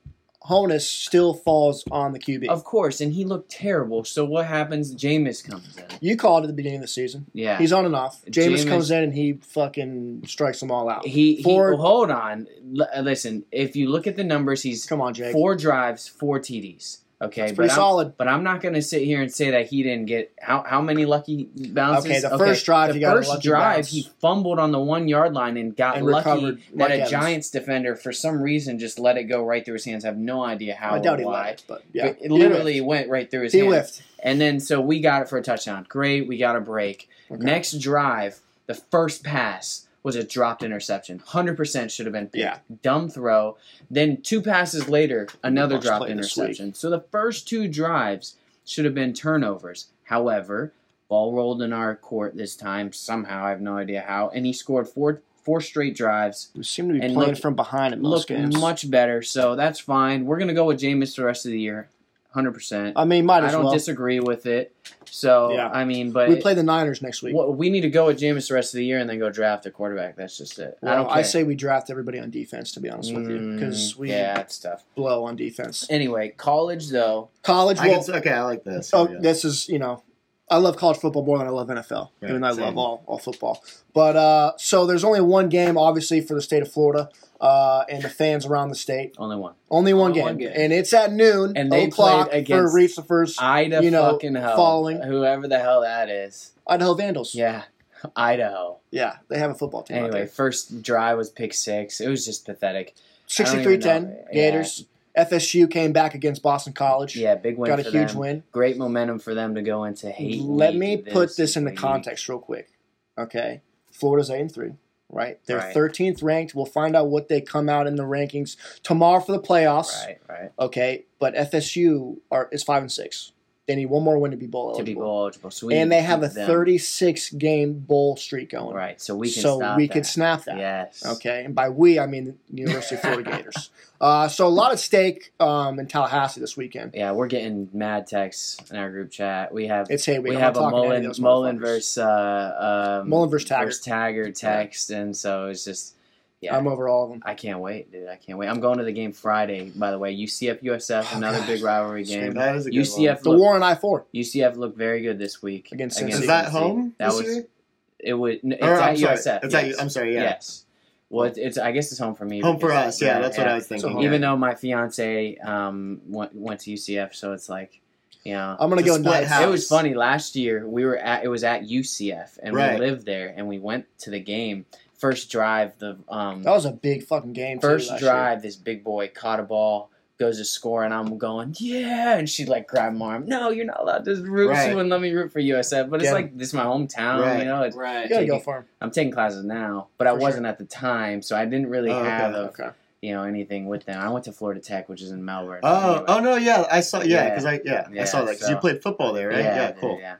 A: honus still falls on the QB.
F: of course, and he looked terrible. So what happens? Jameis comes in.
A: you called at the beginning of the season.
F: Yeah,
A: He's on and off. Jameis,
F: Jameis-
A: comes in and he fucking strikes them all out.
F: He, he
A: Four-
F: well, hold on. L- uh, listen, if you look at the numbers, he's
A: Come on, Jake.
F: four drives, four TDs. Okay,
A: That's
F: but
A: pretty solid.
F: I'm, but I'm not going to sit here and say that he didn't get how how many lucky bounces.
A: Okay, the first drive,
F: the
A: he got a
F: first
A: lucky
F: drive,
A: bounce.
F: he fumbled on the one yard line and got
A: And recovered
F: lucky that
A: Mike
F: a
A: Evans.
F: Giants defender for some reason just let it go right through his hands. I have no idea how.
A: I doubt
F: or
A: he
F: why.
A: lied, but yeah,
F: But it literally went right through his
A: he
F: hands.
A: whiffed.
F: And then so we got it for a touchdown. Great, we got a break.
A: Okay.
F: Next drive, the first pass was a dropped interception. Hundred percent should have been picked.
A: Yeah.
F: Dumb throw. Then two passes later, another
A: Must
F: dropped
A: play this week.
F: interception. So the first two drives should have been turnovers. However, ball rolled in our court this time somehow. I have no idea how. And he scored four four straight drives
A: We seem to be
F: And
A: playing
F: look-
A: from behind in most
F: look
A: games.
F: much better, so that's fine. We're gonna go with Jameis the rest of the year, hundred percent.
A: I mean, might
F: I
A: as
F: don't
A: well.
F: disagree with it. So
A: Yeah.
F: I mean, but
A: we play the Niners next week.
F: what- we need to go with Jameis the rest of the year and then go draft a quarterback. That's just it. I
A: Well,
F: don't care.
A: say we draft everybody on defense, to be honest with you, because
F: Mm,
A: we
F: yeah, it's tough.
A: blow on defense.
F: Anyway, college though,
A: College,
C: I
A: well,
C: can, okay, I like this.
A: Oh,
C: Yeah.
A: this is you know, I love college football more than I love NFL,
C: Right,
A: even though I
C: same.
A: love all, all football. But uh, so there's only one game, obviously, for the state of Florida uh, and the fans around the state.
F: only one.
A: Only one,
D: Only
A: game.
D: one game.
A: and it's at noon.
F: And they
A: o'clock
F: played
A: for
F: against-
A: Reefers,
F: Idaho,
A: You know,
F: fucking hell,
A: following-
F: whoever the hell that is.
A: Idaho Vandals. Yeah.
F: Yeah, Idaho.
A: they have a football team. out
F: Anyway,
A: there.
F: first drive was pick six. It was just pathetic. I don't even
A: 63-10,
F: know.
A: Gators. FSU came back against Boston College.
F: Yeah, big win.
A: got a
F: for
A: huge
F: them.
A: win.
F: great momentum for them to go into hate.
A: Let
F: week
A: me put this into
F: week.
A: context real quick. Okay. Florida's 8 and 3, right? They're
F: Right.
A: 13th ranked. We'll find out what they come out in the rankings tomorrow for the playoffs.
F: Right, right.
A: Okay. But FSU are is 5 and 6. They need one more win to be bowl
F: to
A: eligible.
F: be bowl eligible. So we
A: and
F: need
A: they
F: to
A: have a
F: keep them.
A: 36 game bowl streak going.
F: Right, so we can
A: so
F: stop
A: we
F: that.
A: could snap that.
F: Yes.
A: Okay, and by we I mean the University of Florida
F: [LAUGHS]
A: Gators. Uh, so a lot at stake um, in Tallahassee this weekend.
F: Yeah, we're getting mad texts in our group chat. We have
A: It's hey
F: we,
A: week. I'm
F: have
A: not
F: a
A: talking to any
F: Mullen
A: of those
F: Mullen
A: motherfuckers.
F: versus uh, um,
A: Mullen versus Taggart.
F: versus Taggart text, and so it's just yeah.
A: I'm over all of them.
F: I can't wait, dude. I can't wait. I'm going to the game Friday, by the way. UCF USF,
A: Oh,
F: another
A: God.
F: big rivalry
C: Screw
F: game.
C: That is a good one.
F: UCF
A: The
F: looked,
A: war on I four.
F: UCF looked very good this week
A: Against
C: Is
A: Cincy.
C: that
F: Cincy.
C: home?
F: That
C: this
F: was
C: year?
F: it. Would n- it's
C: Or,
F: at
C: I'm sorry.
F: USF.
C: It's
F: yes.
C: at, I'm sorry. Yeah.
F: Yes. Well, it's, it's I guess it's home for me.
C: Home for us.
F: because-
C: Oh, Yeah, that's what I was
A: It's a
C: thinking.
A: home.
F: Even though my fiance um went went to UCF, so it's like, you know,
A: I'm gonna
C: It's
A: go
C: a split
A: nuts.
C: house.
F: It was funny last year. We were at it was at UCF and
C: Right.
F: we lived there and we went to the game. First drive, the um
C: Oh,
A: That was a big fucking game. too,
F: first
A: last year.
F: drive, this big boy caught a ball, goes to score, and I'm going yeah, and she like grabbed my arm. No, you're not allowed to root.
C: Right.
F: She wouldn't let me root for USF, but it's
A: Yeah.
F: like this is my hometown.
C: Right.
F: You know, it's,
A: You
D: Right.
A: gotta go for him.
F: I'm taking classes now, but I
A: For
F: wasn't at the time, so I didn't really
C: Oh, okay,
F: have a,
A: Okay.
F: you know anything with them. I went to Florida Tech, which is in Melbourne.
C: Oh,
F: anyway.
C: oh no, yeah, I saw, yeah,
F: Yeah.
C: because I, yeah, I
F: Yeah,
C: saw that because
F: so-
C: you played football there, right? Yeah,
F: dude,
C: cool.
F: Yeah.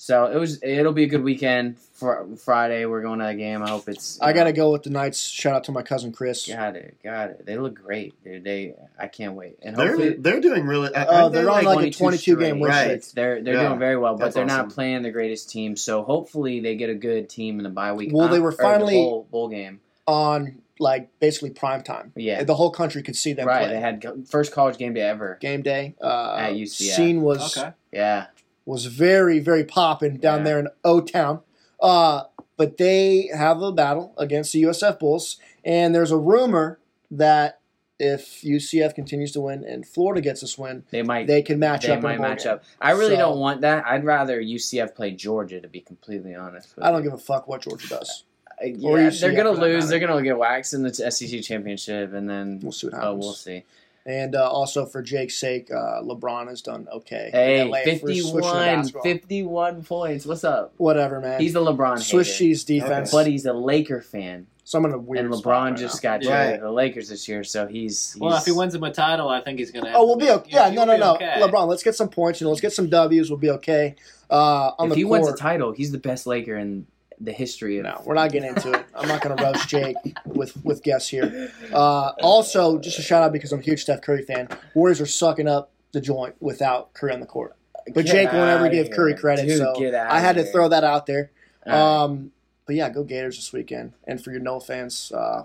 F: So it was. It'll be a good weekend. For Friday, we're going to the game. I hope it's. uh,
A: I gotta go with the Knights. Shout out to my cousin Chris.
F: Got it. Got it. They look great, dude. They. I can't wait. And
C: They're
F: hopefully,
C: they're doing really. Uh,
A: Uh,
C: aren't they,
A: they're on
C: like,
A: like a 22 game win
C: Right.
A: streak.
F: They're they're
C: Yeah.
F: doing very well, but
C: That's
F: they're
C: awesome.
F: not playing the greatest team. So hopefully, they get a good team in the bye week.
A: Well, they
F: Um,
A: were
F: or the
A: finally-
F: bowl, bowl game.
A: on like basically prime time.
F: Yeah.
A: The whole country could see them
F: Right.
A: play.
F: They had co- first college game day ever.
A: game day. Uh,
F: At UCF.
A: Scene was
D: Okay.
F: Yeah.
A: was very very popping down
F: Yeah.
A: there in O Town. Uh, but they have a battle against the USF Bulls, and there's a rumor that if UCF continues to win and Florida gets this win,
F: They might.
A: they can match
F: they
A: up. in a
F: might
A: bowl
F: match
A: game.
F: up. I really
A: So-
F: don't want that. I'd rather UCF play Georgia. To be completely honest, with
A: I don't
F: you.
A: give a fuck what Georgia does.
F: Uh,
A: Or
F: Yeah,
A: UCF
F: they're gonna
A: for that
F: lose.
A: matter.
F: They're gonna get waxed in the t- SEC championship, and then
A: We'll see what happens.
F: oh, we'll see.
A: And uh, also for Jake's sake, uh, LeBron has done okay.
F: Hey,
A: in LA for switching to
F: 51,
A: basketball.
F: 51 points. What's up?
A: Whatever, man.
F: He's a LeBron
A: Swiss
F: hater,
A: cheese defense.
F: but he's a Laker fan,
A: So I'm in a weird.
F: and
A: spot
F: LeBron
A: right
F: just
A: now.
F: got
D: Yeah.
F: traded to the Lakers this year, so he's, he's
D: Well, if he wins him a title, I think he's gonna. Have
A: Oh,
D: to
A: we'll be
D: make-
A: okay. Yeah, no,
D: he'll
A: no,
D: be
A: no.
D: okay.
A: LeBron, let's get some points. You know, let's get some Ws. We'll be okay. Uh, on
F: if
A: the
F: he
A: court,
F: wins a title, he's the best Laker in the history of.
A: no, we're not getting into it. I'm not going to roast
F: [LAUGHS]
A: Jake with with guests here. Uh, also, just a shout out because I'm a huge Steph Curry fan. Warriors are sucking up the joint without Curry on the court. But
F: Get
A: Jake won't ever
F: outta
A: give Curry
F: here.
A: credit,
F: Dude,
A: so
F: get outta
A: I had to
F: here.
A: throw that out there.
F: All
A: Um, but yeah, go Gators this weekend. And for your no fans, uh,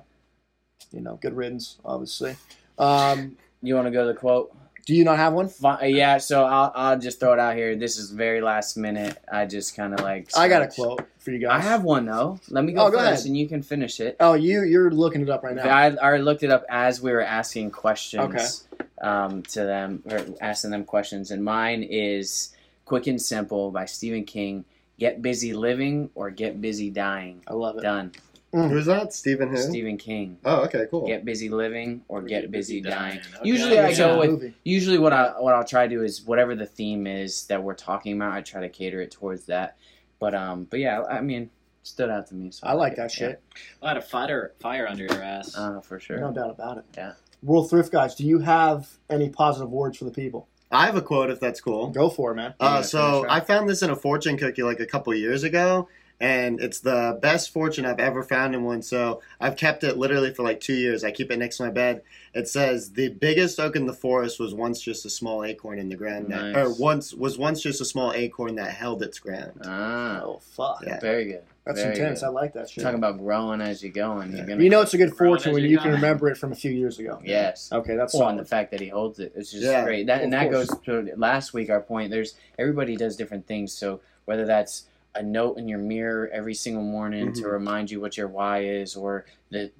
A: you know, good riddance, obviously. Um,
F: right. you want to go to the quote?
A: do you not have one?
F: Fi- Yeah, so I'll, I'll just throw it out here. This is very last minute. I just kind of like.
A: I got a
F: scratched.
A: quote for you
F: I
A: guys.
F: have one though. Let me go
A: Oh, go
F: first,
A: ahead.
F: and you can finish it.
A: Oh, you you're looking it up right now.
F: I, I looked it up as we were asking questions um, to them, or asking them questions, and mine is "Quick and Simple" by Stephen King. Get busy living or get busy dying.
A: I love it. Mm.
F: Done.
C: Who's that? Stephen who?
F: Stephen King.
C: Oh, okay, cool.
F: Get busy living or get, busy, dying.
D: Okay.
F: Usually, I
D: Yeah.
F: go with
A: movie.
F: usually what I what I'll try to do is whatever the theme is that we're talking about, I try to cater it towards that. But um, but yeah, I mean, stood out to me. So
A: I like
F: it,
A: that shit.
D: A lot of fire, fire under your ass.
F: Yeah. Uh, for sure.
A: No doubt about it.
F: Yeah.
A: World Thrift Guys, do you have any positive words for the people?
C: I have a quote if that's cool.
A: Go for it, man.
C: Uh,
F: Yeah,
C: so
F: finish
C: I
F: up.
C: found this in a fortune cookie like a couple years ago, and it's the best fortune I've ever found in one. So I've kept it literally for like two years. I keep it next to my bed. It says the biggest oak in the forest was once just a small acorn in the ground, that, or
F: Nice.
C: once was once just a small acorn that held its ground.
F: Ah,
A: Oh fuck,
C: Yeah.
F: very good.
A: that's
F: very
A: intense.
F: good.
A: I like that shit.
F: Talking about growing as you're going.
C: Yeah.
F: You're gonna,
A: You know, it's a good fortune
D: Growing
A: when
D: as
A: you
D: you
A: can
D: go.
A: remember it from a few years ago.
F: yes.
A: Okay, that's
F: Well, and the
A: solid.
F: fact that he holds it, it's just
C: Yeah,
F: great. That and
A: of
F: that
A: course.
F: goes to last week. Our point: there's everybody does different things. So whether that's a note in your mirror every single morning to
A: Mm-hmm.
C: Mhm.
F: remind you what your why is, or the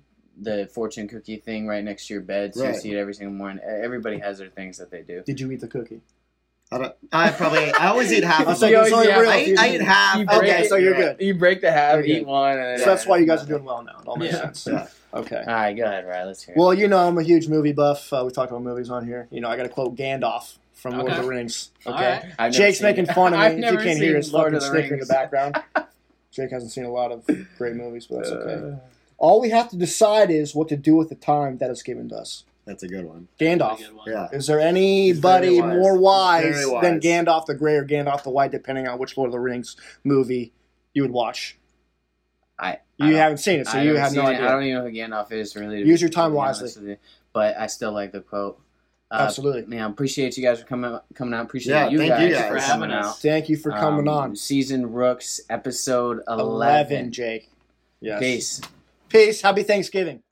F: the fortune cookie thing right next to your bed, so
C: Right.
F: you see it every single morning. E- Everybody has their things that they do.
A: Did you eat the cookie?
C: I don't. I probably. I always eat
F: [LAUGHS]
C: half.
A: I
C: Of
A: said
F: You
A: it
C: them.
A: was
F: always
A: only
F: eat-
A: real
C: I
A: if
C: eat,
A: you
C: I eat
A: didn't-
C: half.
F: You break
C: Okay,
A: Okay,
F: it,
A: so you're
C: right.
A: good.
F: You break the half,
A: Okay.
F: eat one. And
A: So that's why you guys are doing well now. It all makes
D: Yeah.
A: sense.
C: Yeah.
A: Okay.
F: All right, go ahead, Ryan. Let's hear. it.
A: Well, you know, I'm a huge movie buff. Uh, we talked about movies on here. You know, I got to quote Gandalf from Lord of
D: Okay.
A: the Rings.
D: All
A: Okay.
D: right.
F: I've never
A: Jake's
F: seen
A: making
F: it. [LAUGHS]
A: fun of
F: I've
A: me. If you
F: never
A: can't
F: seen
A: hear his
F: Lord
A: fucking
F: of the
A: snicker in the
F: Rings. [LAUGHS]
A: background. Jake hasn't seen a lot of great movies, but that's okay.
F: Uh,
A: All we have to decide is what to do with the time that is given to us.
C: That's a good one.
A: Gandalf.
D: Pretty good one.
C: Yeah.
A: Uh, Is there anybody
C: He's very wise.
A: more wise,
C: He's very
A: than
C: wise.
A: Gandalf the Grey or Gandalf the White, depending on which Lord of the Rings movie you would watch?
F: I- I
A: you
F: don't-
A: haven't seen it, so
F: I
A: you
F: haven't
A: have
F: seen
A: no
F: it. I
A: idea.
F: don't even know who Gandalf is really. to
A: Use
F: be-
A: your time
F: to be honest
A: wisely.
F: with you. But I still like the quote. Uh,
A: Absolutely.
F: Man, appreciate you guys for coming coming out. Appreciate
C: Yeah,
F: you,
C: thank
F: guys
C: you
F: for
C: guys.
F: coming
D: For having
F: out.
D: us.
A: Thank you for coming
F: Um,
A: on.
F: Season Rooks, episode 11.
A: Eleven, Jake. Yes.
F: Peace.
A: Peace. Happy Thanksgiving.